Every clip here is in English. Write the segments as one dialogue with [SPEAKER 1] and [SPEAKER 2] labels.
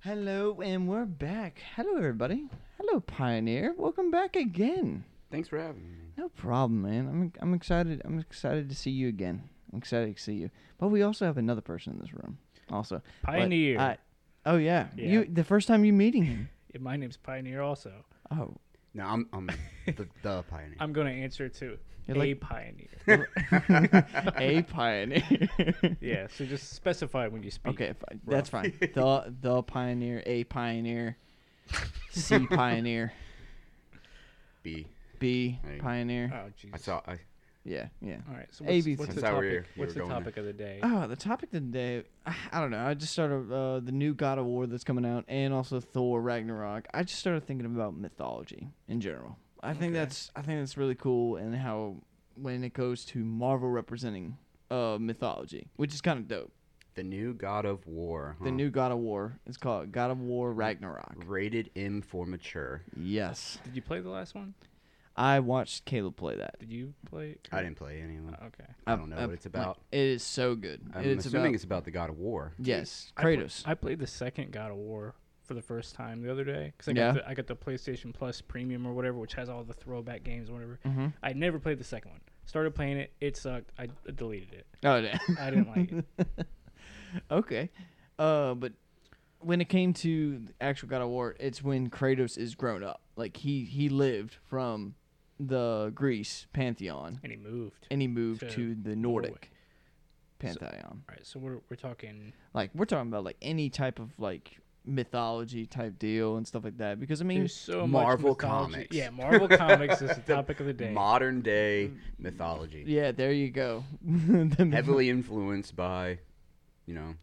[SPEAKER 1] Hello, and we're back. Hello, everybody. Hello, Pioneer. Welcome back again.
[SPEAKER 2] Thanks for having me.
[SPEAKER 1] No problem, man. I'm I'm excited. I'm excited to see you again. I'm excited to see you. But we also have another person in this room. Also, But
[SPEAKER 3] Pioneer.
[SPEAKER 1] I- oh yeah.
[SPEAKER 3] Yeah.
[SPEAKER 1] you the first time you meeting him.
[SPEAKER 3] Yeah, My name's Pioneer also.
[SPEAKER 1] Oh,
[SPEAKER 2] No, I'm I'm the, the pioneer.
[SPEAKER 3] I'm going to answer to
[SPEAKER 1] You're
[SPEAKER 3] a
[SPEAKER 1] like-
[SPEAKER 3] pioneer.
[SPEAKER 1] a pioneer.
[SPEAKER 3] yeah, so just specify when you speak.
[SPEAKER 1] okay, fine. that's fine. The the pioneer, a pioneer, C pioneer,
[SPEAKER 2] B.
[SPEAKER 1] B
[SPEAKER 2] There you go.
[SPEAKER 1] pioneer.
[SPEAKER 3] Oh, jeez.
[SPEAKER 2] I saw. uh, I,
[SPEAKER 1] Yeah, yeah.
[SPEAKER 3] All right, so
[SPEAKER 1] A,
[SPEAKER 3] what's,
[SPEAKER 1] B,
[SPEAKER 3] what's
[SPEAKER 1] C.
[SPEAKER 3] the
[SPEAKER 2] That's how we
[SPEAKER 3] topic,
[SPEAKER 2] were- we
[SPEAKER 3] what's
[SPEAKER 2] were
[SPEAKER 3] the
[SPEAKER 2] going
[SPEAKER 3] topic of the day?
[SPEAKER 1] Oh, the topic today, I I don't know. I just started uh, the new God of War that's coming out, and also Thor Ragnarok. I just started thinking about mythology in general. I think that's I think that's really cool, and how when it goes to Marvel representing uh, mythology, which is kind of dope.
[SPEAKER 2] the new God of War.
[SPEAKER 1] The
[SPEAKER 2] huh?
[SPEAKER 1] new God of War is called God of War
[SPEAKER 2] Mm.
[SPEAKER 1] Ragnarok.
[SPEAKER 2] rated M for mature.
[SPEAKER 1] Yes,
[SPEAKER 3] Did you play the last one?
[SPEAKER 1] I watched Caleb play that.
[SPEAKER 3] Did you play it?
[SPEAKER 2] I didn't play any of them.
[SPEAKER 3] Oh, okay.
[SPEAKER 2] I don't know what it's about.
[SPEAKER 1] It is so good.
[SPEAKER 2] I'm
[SPEAKER 1] it's
[SPEAKER 2] assuming
[SPEAKER 1] about,
[SPEAKER 2] it's about the God of War.
[SPEAKER 1] yes,
[SPEAKER 3] I pla-
[SPEAKER 1] Kratos.
[SPEAKER 3] I, played the second God of War for the first time the other day because I,
[SPEAKER 1] Yeah.
[SPEAKER 3] got the- I got the PlayStation Plus Premium or whatever, which has all the throwback games, or whatever.
[SPEAKER 1] Mm-hmm.
[SPEAKER 3] I never played the second one. Started playing it, it sucked. I d- deleted it.
[SPEAKER 1] oh, yeah.
[SPEAKER 3] I didn't like it.
[SPEAKER 1] Okay. Uh, but when it came to the actual God of War, it's when Kratos is grown up. Like he he lived from the Greece pantheon,
[SPEAKER 3] And he moved.
[SPEAKER 1] and he moved
[SPEAKER 3] To
[SPEAKER 1] to the Nordic pantheon.
[SPEAKER 3] all right, so we're we're talking
[SPEAKER 1] like we're talking about like any type of like mythology type deal and stuff like that. Because I mean,
[SPEAKER 3] There's so
[SPEAKER 2] Marvel
[SPEAKER 3] much mythology.
[SPEAKER 2] Comics.
[SPEAKER 3] Yeah, Marvel comics is the topic of the day.
[SPEAKER 2] Modern day mythology,
[SPEAKER 1] Mm. yeah, there you go. The myth-
[SPEAKER 2] heavily influenced by, you know,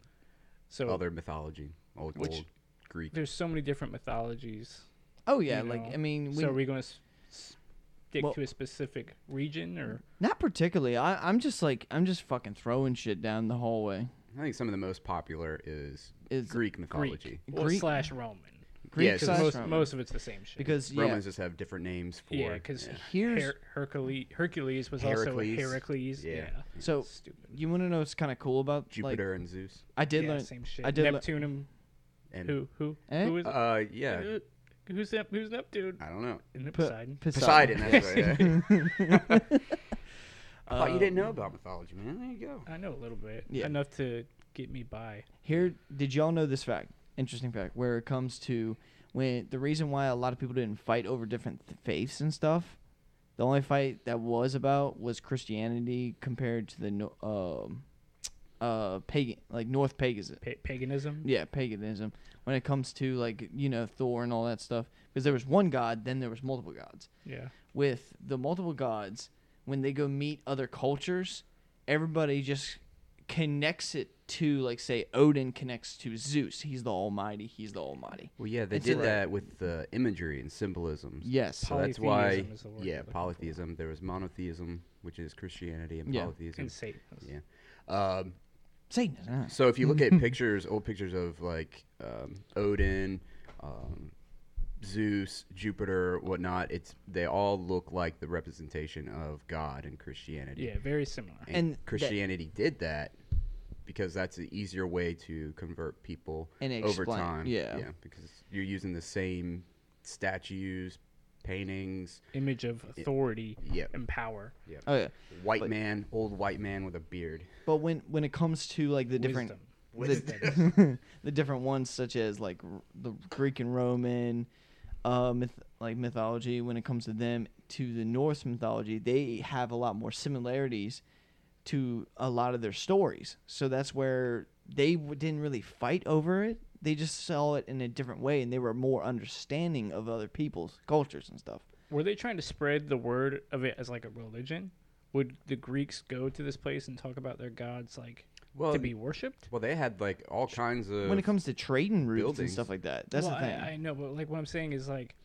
[SPEAKER 3] so
[SPEAKER 2] other mythology, old,
[SPEAKER 3] Which-
[SPEAKER 2] old Greek.
[SPEAKER 3] there's so many different mythologies.
[SPEAKER 1] oh yeah,
[SPEAKER 3] you
[SPEAKER 1] like
[SPEAKER 3] know,
[SPEAKER 1] I mean, we,
[SPEAKER 3] so are we going to stick
[SPEAKER 1] Well-
[SPEAKER 3] to a specific region or
[SPEAKER 1] not particularly. I, I'm just like I'm just fucking throwing shit down the hallway.
[SPEAKER 2] I think some of the most popular is,
[SPEAKER 1] Is
[SPEAKER 2] Greek
[SPEAKER 3] Greek,
[SPEAKER 2] mythology.
[SPEAKER 3] or
[SPEAKER 1] Greek-
[SPEAKER 3] slash Roman?
[SPEAKER 1] Greek
[SPEAKER 2] Yeah, it's
[SPEAKER 1] slash
[SPEAKER 3] Because most,
[SPEAKER 1] Roman.
[SPEAKER 3] most of it's the same shit.
[SPEAKER 1] because yeah,
[SPEAKER 2] Romans just have different names for.
[SPEAKER 3] yeah, because
[SPEAKER 1] Here's-
[SPEAKER 3] Hercules, Hercules was also a
[SPEAKER 2] Heracles.
[SPEAKER 3] Heracles. Yeah.
[SPEAKER 2] Yeah.
[SPEAKER 1] So
[SPEAKER 3] Stupid.
[SPEAKER 1] you want to know what's kind of cool about
[SPEAKER 2] Jupiter and Zeus.
[SPEAKER 1] Like, I did
[SPEAKER 3] Yeah,
[SPEAKER 1] learn.
[SPEAKER 3] same shit.
[SPEAKER 1] I did learn-
[SPEAKER 3] Neptune. and-
[SPEAKER 2] And
[SPEAKER 3] who? Who?
[SPEAKER 1] Eh?
[SPEAKER 3] Who is?
[SPEAKER 2] Uh, yeah.
[SPEAKER 3] uh, who's Nep- Who's Neptune?
[SPEAKER 2] I don't know.
[SPEAKER 3] Isn't it
[SPEAKER 1] P-
[SPEAKER 3] Poseidon?
[SPEAKER 2] Poseidon. That's right. yeah. I thought Oh, you didn't
[SPEAKER 1] Um,
[SPEAKER 2] know about mythology, man. There you go.
[SPEAKER 3] I know a little bit.
[SPEAKER 1] Yeah.
[SPEAKER 3] Enough to get me by.
[SPEAKER 1] Here, did y'all know this fact? Interesting fact. Where it comes to when the reason why a lot of people didn't fight over different th- faiths and stuff. The only fight that was about was Christianity compared to the no- um, uh, pagan, like North paganism.
[SPEAKER 3] Pa- paganism.
[SPEAKER 1] Yeah, paganism. When it comes to like you know Thor and all that stuff, because there was one god, then there was multiple gods.
[SPEAKER 3] Yeah.
[SPEAKER 1] with the multiple gods when they go meet other cultures everybody just connects it to like say odin connects to zeus he's the almighty he's the almighty
[SPEAKER 2] Well, yeah, they
[SPEAKER 1] It's
[SPEAKER 2] did
[SPEAKER 1] like-
[SPEAKER 2] that with the imagery and symbolisms.
[SPEAKER 1] yes
[SPEAKER 2] So that's why,
[SPEAKER 3] Polytheism is the word you're
[SPEAKER 2] yeah,
[SPEAKER 3] looking for.
[SPEAKER 2] polytheism. There was monotheism, which is Christianity, and
[SPEAKER 1] Yeah.
[SPEAKER 2] polytheism.
[SPEAKER 3] And Satan.
[SPEAKER 2] Yeah. Um,
[SPEAKER 1] satan is not
[SPEAKER 2] so if you look at pictures, old pictures of like um, Odin, um, Zeus, Jupiter, whatnot, it's they all look like the representation of God in Christianity.
[SPEAKER 3] Yeah, very similar.
[SPEAKER 2] And,
[SPEAKER 1] And that-
[SPEAKER 2] Christianity did that because that's an easier way to convert people
[SPEAKER 1] And
[SPEAKER 2] over
[SPEAKER 1] explain,
[SPEAKER 2] time.
[SPEAKER 1] yeah.
[SPEAKER 2] because you're using the same statues, paintings.
[SPEAKER 3] Image of authority
[SPEAKER 2] Yeah.
[SPEAKER 3] and power.
[SPEAKER 1] oh yeah
[SPEAKER 2] White man, old white man with a beard.
[SPEAKER 1] but when when it comes to like the different
[SPEAKER 3] Wisdom.
[SPEAKER 1] the, the different ones such as like r- the greek and roman uh myth like mythology when it comes to them to the norse mythology they have a lot more similarities to a lot of their stories so that's where they w- didn't really fight over it they just saw it in a different way and they were more understanding of other people's cultures and stuff
[SPEAKER 3] Were they trying to spread the word of it as like a religion? Would the Greeks go to this place and talk about their gods like
[SPEAKER 2] Well,
[SPEAKER 3] to be worshipped?
[SPEAKER 2] Well, they had like all kinds of.
[SPEAKER 1] when it comes to trading routes and
[SPEAKER 2] buildings.
[SPEAKER 1] stuff like that that's
[SPEAKER 3] Well,
[SPEAKER 1] the thing
[SPEAKER 3] I, I know, but like what I'm saying is like,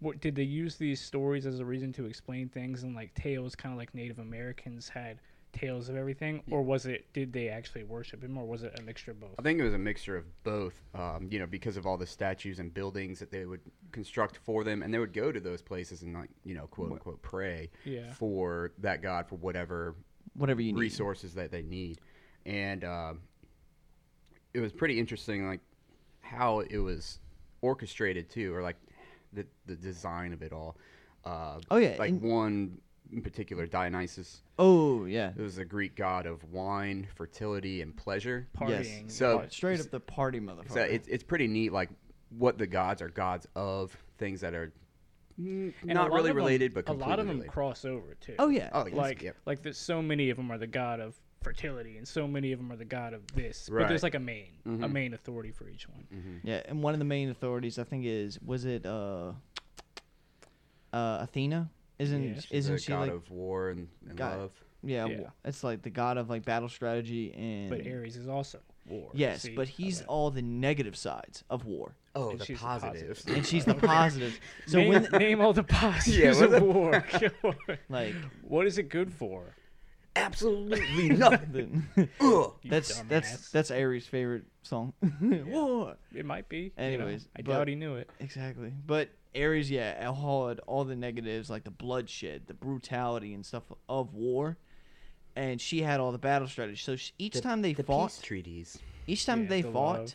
[SPEAKER 3] what did they use these stories as a reason to explain things and like tales, kind of like Native Americans had tales of everything, or was it did they actually worship him, or was it a mixture of both?
[SPEAKER 2] I think it was a mixture of both, um, you know, because of all the statues and buildings that they would construct for them, and they would go to those places and, like, you know, quote unquote, pray
[SPEAKER 3] Yeah.
[SPEAKER 2] for that god for whatever
[SPEAKER 1] whatever you need
[SPEAKER 2] resources that they need, and um, it was pretty interesting, like how it was orchestrated too, or like the the design of it all. Uh,
[SPEAKER 1] Oh, yeah,
[SPEAKER 2] like
[SPEAKER 1] and-
[SPEAKER 2] one in particular, Dionysus.
[SPEAKER 1] Oh yeah.
[SPEAKER 2] It was a Greek god of wine, fertility, and pleasure.
[SPEAKER 3] partying.
[SPEAKER 2] So-
[SPEAKER 1] Par- straight up the party motherfucker.
[SPEAKER 2] So uh, it's it's pretty neat, like what the gods are gods of things that are mm,
[SPEAKER 3] And a
[SPEAKER 2] not
[SPEAKER 3] lot
[SPEAKER 2] really
[SPEAKER 3] of 'em-
[SPEAKER 2] related, but
[SPEAKER 3] a
[SPEAKER 2] completely
[SPEAKER 3] lot of them
[SPEAKER 2] related.
[SPEAKER 3] cross over too.
[SPEAKER 1] oh yeah.
[SPEAKER 2] Oh, yes,
[SPEAKER 3] like
[SPEAKER 2] yep.
[SPEAKER 3] like there's so many of them are the god of fertility, and so many of them are the god of this. But
[SPEAKER 2] Right.
[SPEAKER 3] there's like a main a
[SPEAKER 1] Mm-hmm.
[SPEAKER 3] main authority for each one.
[SPEAKER 1] Yeah, and one of the main authorities I think is was it uh uh Athena? Isn't
[SPEAKER 3] Yeah, she's
[SPEAKER 2] The
[SPEAKER 1] isn't she
[SPEAKER 2] god
[SPEAKER 1] like
[SPEAKER 2] of war and, and
[SPEAKER 1] God.
[SPEAKER 2] love?
[SPEAKER 1] yeah,
[SPEAKER 3] Yeah.
[SPEAKER 1] w- It's like the god of like battle strategy and
[SPEAKER 3] But Ares is also war.
[SPEAKER 1] Yes,
[SPEAKER 3] see? Uh,
[SPEAKER 1] but he's
[SPEAKER 3] Okay.
[SPEAKER 1] all the negative sides of war.
[SPEAKER 2] Oh,
[SPEAKER 3] And
[SPEAKER 2] the
[SPEAKER 3] she's the
[SPEAKER 2] positives.
[SPEAKER 1] And she's the positive. So
[SPEAKER 3] name,
[SPEAKER 1] when
[SPEAKER 3] name all the positives
[SPEAKER 2] Yeah, what
[SPEAKER 3] of
[SPEAKER 2] the
[SPEAKER 3] war.
[SPEAKER 1] like
[SPEAKER 3] what is it good for?
[SPEAKER 2] Absolutely nothing.
[SPEAKER 1] the-
[SPEAKER 2] Ugh.
[SPEAKER 3] You
[SPEAKER 1] that's that's
[SPEAKER 3] dumbass.
[SPEAKER 1] that's Aries' favorite song. War.
[SPEAKER 3] It might be. you know,
[SPEAKER 1] Anyways,
[SPEAKER 3] I
[SPEAKER 1] but-
[SPEAKER 3] doubt he knew it.
[SPEAKER 1] Exactly. But Aries, yeah, had all the negatives, like the bloodshed, the brutality, and stuff of war. And she had all the battle strategy. So she, each
[SPEAKER 2] The-
[SPEAKER 1] time they
[SPEAKER 2] the
[SPEAKER 1] fought,
[SPEAKER 2] peace treaties.
[SPEAKER 1] each time
[SPEAKER 3] Yeah,
[SPEAKER 1] they
[SPEAKER 3] the
[SPEAKER 1] fought,
[SPEAKER 3] love.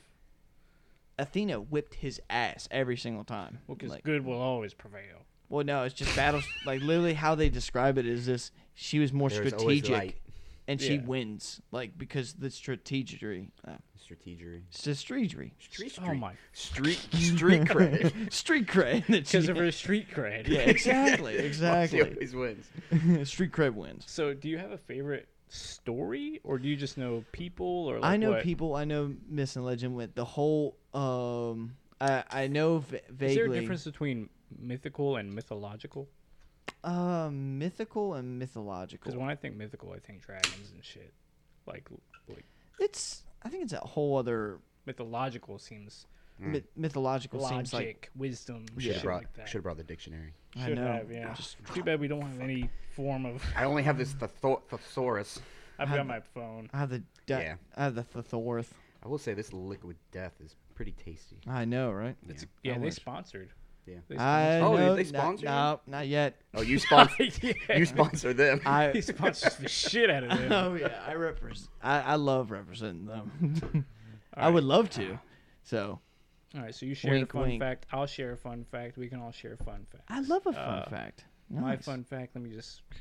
[SPEAKER 1] Athena whipped his ass every single time.
[SPEAKER 3] Well, 'cause
[SPEAKER 1] Like,
[SPEAKER 3] good will always prevail.
[SPEAKER 1] well, no, it's just battle. like literally, how they describe it is this: she was more
[SPEAKER 2] There's always
[SPEAKER 1] strategic,
[SPEAKER 2] light.
[SPEAKER 1] and she
[SPEAKER 3] Yeah.
[SPEAKER 1] wins, like because the strategery, uh,
[SPEAKER 2] Strategery.
[SPEAKER 1] strategery,
[SPEAKER 2] Street,
[SPEAKER 3] Oh my.
[SPEAKER 2] Street street credit.
[SPEAKER 1] street cred. that she-
[SPEAKER 3] Because of her street cred.
[SPEAKER 1] yeah, exactly,
[SPEAKER 2] She
[SPEAKER 1] exactly.
[SPEAKER 2] always wins.
[SPEAKER 1] street cred wins.
[SPEAKER 3] So, do you have a favorite story, or do you just know people, or like
[SPEAKER 1] I know
[SPEAKER 3] what?
[SPEAKER 1] people. I know Myth and Legend with the whole. Um, I I know v- vaguely.
[SPEAKER 3] Is there a difference between mythical and mythological?
[SPEAKER 1] Uh, mythical and mythological.
[SPEAKER 3] Because when I think mythical, I think dragons and shit. Like, like
[SPEAKER 1] It's. I think it's a whole other
[SPEAKER 3] mythological seems
[SPEAKER 2] Hmm.
[SPEAKER 1] myth- mythological.
[SPEAKER 3] logic,
[SPEAKER 1] Seems like
[SPEAKER 3] wisdom,
[SPEAKER 2] We should
[SPEAKER 3] shit
[SPEAKER 2] have brought
[SPEAKER 3] like that.
[SPEAKER 2] should have brought the dictionary.
[SPEAKER 1] I
[SPEAKER 3] Should
[SPEAKER 1] know.
[SPEAKER 3] have, yeah.
[SPEAKER 1] Just-
[SPEAKER 3] Too bad we don't have any form of.
[SPEAKER 2] I only have this thetho- thesaurus.
[SPEAKER 3] I've
[SPEAKER 1] Had-
[SPEAKER 3] got my phone.
[SPEAKER 1] I have the. di-
[SPEAKER 2] Yeah.
[SPEAKER 1] I have the Thorth.
[SPEAKER 2] I will say this liquid death is pretty tasty.
[SPEAKER 1] I know, right?
[SPEAKER 2] It's-
[SPEAKER 3] Yeah,
[SPEAKER 1] I
[SPEAKER 3] they
[SPEAKER 1] wish.
[SPEAKER 3] sponsored.
[SPEAKER 2] Yeah.
[SPEAKER 3] They
[SPEAKER 1] I
[SPEAKER 2] Oh,
[SPEAKER 1] know,
[SPEAKER 2] they- they
[SPEAKER 1] not-
[SPEAKER 2] sponsor you?
[SPEAKER 1] No, not yet.
[SPEAKER 2] Oh, you sponsor
[SPEAKER 3] sponsored. yeah.
[SPEAKER 2] you sponsor them.
[SPEAKER 3] he
[SPEAKER 1] I.
[SPEAKER 3] sponsors the shit out of them.
[SPEAKER 1] oh yeah, I represent. I, I love representing them. I
[SPEAKER 3] Alright.
[SPEAKER 1] would love
[SPEAKER 3] Uh,
[SPEAKER 1] to. So
[SPEAKER 3] All right, so you share
[SPEAKER 1] Wink,
[SPEAKER 3] a fun
[SPEAKER 1] wink.
[SPEAKER 3] fact. I'll share a fun fact. We can all share fun facts.
[SPEAKER 1] I love a fun
[SPEAKER 3] Uh,
[SPEAKER 1] fact.
[SPEAKER 3] My
[SPEAKER 1] Nice.
[SPEAKER 3] fun fact. Let me just.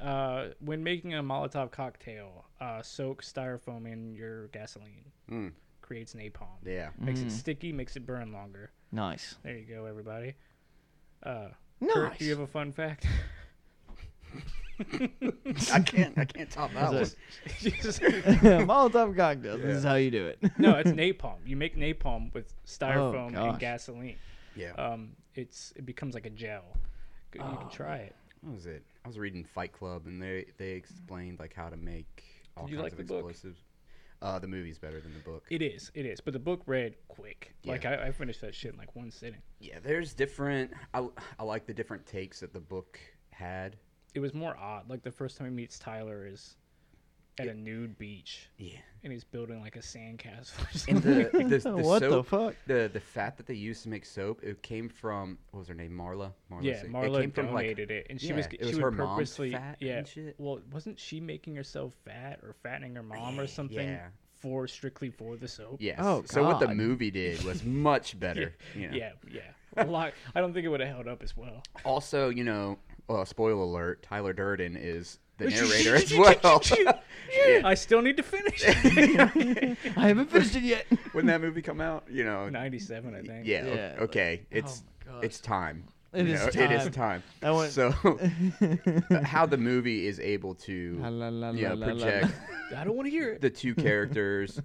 [SPEAKER 3] Uh, when making a Molotov cocktail, uh, soak styrofoam in your gasoline.
[SPEAKER 2] Mm.
[SPEAKER 3] Creates napalm.
[SPEAKER 2] Yeah.
[SPEAKER 3] Makes
[SPEAKER 1] Mm.
[SPEAKER 3] it sticky. Makes it burn longer.
[SPEAKER 1] Nice.
[SPEAKER 3] There you go, everybody. Uh, Kurt,
[SPEAKER 1] Nice.
[SPEAKER 3] do you have a fun fact?
[SPEAKER 2] I can't I can't top that one.
[SPEAKER 1] Is
[SPEAKER 3] Just-
[SPEAKER 1] Molotov cocktails. This is
[SPEAKER 2] Yeah.
[SPEAKER 1] how you do it.
[SPEAKER 3] no, it's napalm. You make napalm with styrofoam
[SPEAKER 1] gosh.
[SPEAKER 3] and gasoline.
[SPEAKER 2] Yeah.
[SPEAKER 3] Um, it's it becomes like a gel. You
[SPEAKER 1] Oh.
[SPEAKER 3] can try it.
[SPEAKER 2] what was it? I was reading Fight Club and they they explained like how to make all
[SPEAKER 3] Did you
[SPEAKER 2] kinds
[SPEAKER 3] like
[SPEAKER 2] of
[SPEAKER 3] the book?
[SPEAKER 2] explosives. Uh the movie's better than the book.
[SPEAKER 3] It is, it is. But the book read quick. Like
[SPEAKER 2] Yeah.
[SPEAKER 3] I, I finished that shit in like one sitting.
[SPEAKER 2] yeah, there's different I, I like the different takes that the book had.
[SPEAKER 3] It was more odd. Like the first time he meets Tyler is at a nude beach,
[SPEAKER 2] Yeah.
[SPEAKER 3] and he's building like a sandcastle.
[SPEAKER 2] And the the, the
[SPEAKER 1] what the
[SPEAKER 2] soap-
[SPEAKER 1] fuck?
[SPEAKER 2] the the fat that they used to make soap, it came from what was her name, Marla. Marla
[SPEAKER 3] yeah,
[SPEAKER 2] Singh. it
[SPEAKER 3] Marla
[SPEAKER 2] came from like
[SPEAKER 3] donated it, and she was
[SPEAKER 2] yeah,
[SPEAKER 3] g-
[SPEAKER 2] it was
[SPEAKER 3] she
[SPEAKER 2] her
[SPEAKER 3] would
[SPEAKER 2] mom's
[SPEAKER 3] purposely
[SPEAKER 2] fat
[SPEAKER 3] yeah.
[SPEAKER 2] and shit.
[SPEAKER 3] Well, wasn't she making herself fat or fattening her mom
[SPEAKER 2] Yeah,
[SPEAKER 3] or something
[SPEAKER 2] yeah.
[SPEAKER 3] for strictly for the soap?
[SPEAKER 2] yes.
[SPEAKER 1] Oh,
[SPEAKER 2] so what the
[SPEAKER 1] God.
[SPEAKER 2] movie did was much better. you know.
[SPEAKER 3] yeah, yeah. A lot. I don't think it would have held up as well.
[SPEAKER 2] Also, you know, uh, spoiler alert: Tyler Durden is the narrator as well. Yeah.
[SPEAKER 3] I still need to finish.
[SPEAKER 1] I haven't finished it yet.
[SPEAKER 2] when that movie come out, you know,
[SPEAKER 3] Ninety-seven, I think.
[SPEAKER 2] yeah, o-
[SPEAKER 1] Yeah, like-
[SPEAKER 3] Oh
[SPEAKER 2] okay, it's
[SPEAKER 1] my gosh.
[SPEAKER 2] it's time.
[SPEAKER 1] It
[SPEAKER 2] you
[SPEAKER 1] is
[SPEAKER 2] know, It
[SPEAKER 1] time.
[SPEAKER 2] is time.
[SPEAKER 1] That one-
[SPEAKER 2] So, how the movie is able to,
[SPEAKER 1] La, la, la,
[SPEAKER 2] you know,
[SPEAKER 1] la, la, la, la.
[SPEAKER 2] project
[SPEAKER 3] I don't want to hear it.
[SPEAKER 2] the two characters,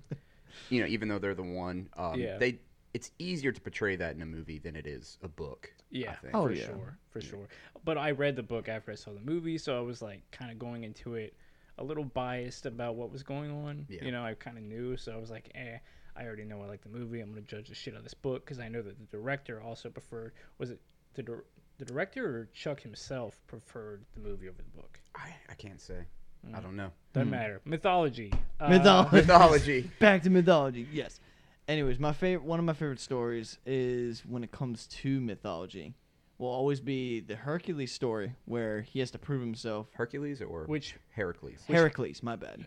[SPEAKER 2] you know, even though they're the one, um,
[SPEAKER 3] Yeah.
[SPEAKER 2] they it's easier to portray that in a movie than it is a book.
[SPEAKER 3] Yeah,
[SPEAKER 2] think.
[SPEAKER 1] Oh,
[SPEAKER 3] for
[SPEAKER 1] yeah.
[SPEAKER 3] sure, for sure. But I read the book after I saw the movie, so I was like kind of going into it a little biased about what was going on.
[SPEAKER 2] Yeah.
[SPEAKER 3] You know, I kind of knew, so I was like, eh, I already know I like the movie. I'm gonna judge the shit out of this book because I know that the director also preferred. Was it the dir- the director or Chuck himself preferred the movie over the book?
[SPEAKER 2] I, I can't say.
[SPEAKER 3] Hmm.
[SPEAKER 2] I don't know.
[SPEAKER 3] Doesn't
[SPEAKER 1] Hmm.
[SPEAKER 3] matter. Mythology. Uh,
[SPEAKER 1] Mythology.
[SPEAKER 2] Mythology.
[SPEAKER 1] Back to mythology. Yes. Anyways, my favorite one of my favorite stories is when it comes to mythology, will always be the Hercules story where he has to prove himself.
[SPEAKER 2] Hercules or
[SPEAKER 3] Which
[SPEAKER 2] Heracles?
[SPEAKER 1] Heracles, my bad.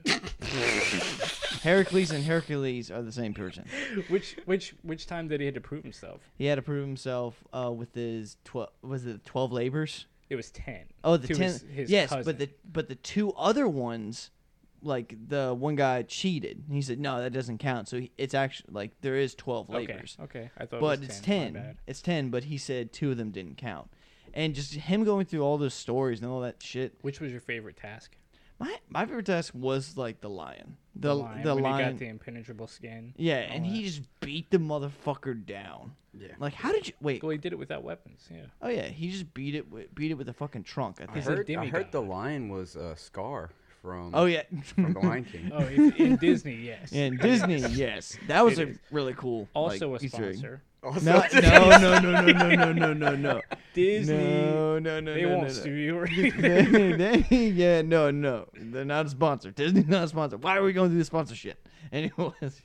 [SPEAKER 1] Heracles and Hercules are the same person.
[SPEAKER 3] which which which time did he had to prove himself?
[SPEAKER 1] He had to prove himself uh, with his twelve. Was it twelve labors?
[SPEAKER 3] It was ten.
[SPEAKER 1] Oh, the
[SPEAKER 3] to
[SPEAKER 1] ten.
[SPEAKER 3] his- his
[SPEAKER 1] yes,
[SPEAKER 3] cousin.
[SPEAKER 1] but the but the two other ones, like the one guy cheated. He said no, that doesn't count. So he, it's actually like there is twelve
[SPEAKER 3] okay,
[SPEAKER 1] labors.
[SPEAKER 3] okay, I thought.
[SPEAKER 1] but
[SPEAKER 3] it was
[SPEAKER 1] it's
[SPEAKER 3] 10.
[SPEAKER 1] 10
[SPEAKER 3] my bad.
[SPEAKER 1] it's 10 but he said two of them didn't count and just him going through all those stories and all that shit
[SPEAKER 3] Which was your favorite task?
[SPEAKER 1] my my favorite task was like the lion the the lion,
[SPEAKER 3] when he got the impenetrable skin.
[SPEAKER 1] yeah
[SPEAKER 3] all
[SPEAKER 1] and he just beat the motherfucker down
[SPEAKER 2] Yeah.
[SPEAKER 1] like how did you wait
[SPEAKER 3] Well, he did it without weapons. Yeah.
[SPEAKER 1] oh yeah he just beat it with beat it with a fucking trunk i
[SPEAKER 2] I
[SPEAKER 1] think
[SPEAKER 3] He's a
[SPEAKER 2] heard, I heard
[SPEAKER 3] demigod.
[SPEAKER 2] the lion was uh, Scar from,
[SPEAKER 1] oh yeah
[SPEAKER 2] from The Lion King.
[SPEAKER 3] Oh, if, in Disney, yes.
[SPEAKER 1] and disney yes that was
[SPEAKER 3] It
[SPEAKER 1] a really cool like,
[SPEAKER 3] also a
[SPEAKER 1] Easter egg.
[SPEAKER 3] sponsor.
[SPEAKER 2] Also-
[SPEAKER 1] no, no, no, no, no, no, no, no, no, no.
[SPEAKER 3] Disney.
[SPEAKER 1] No, no, no,
[SPEAKER 3] they
[SPEAKER 1] no,
[SPEAKER 3] won't
[SPEAKER 1] no, no.
[SPEAKER 3] sue you. or anything.
[SPEAKER 1] they, they- yeah, no, no. They're not a sponsor. Disney's not a sponsor. Why are we going through the sponsorship? Anyways,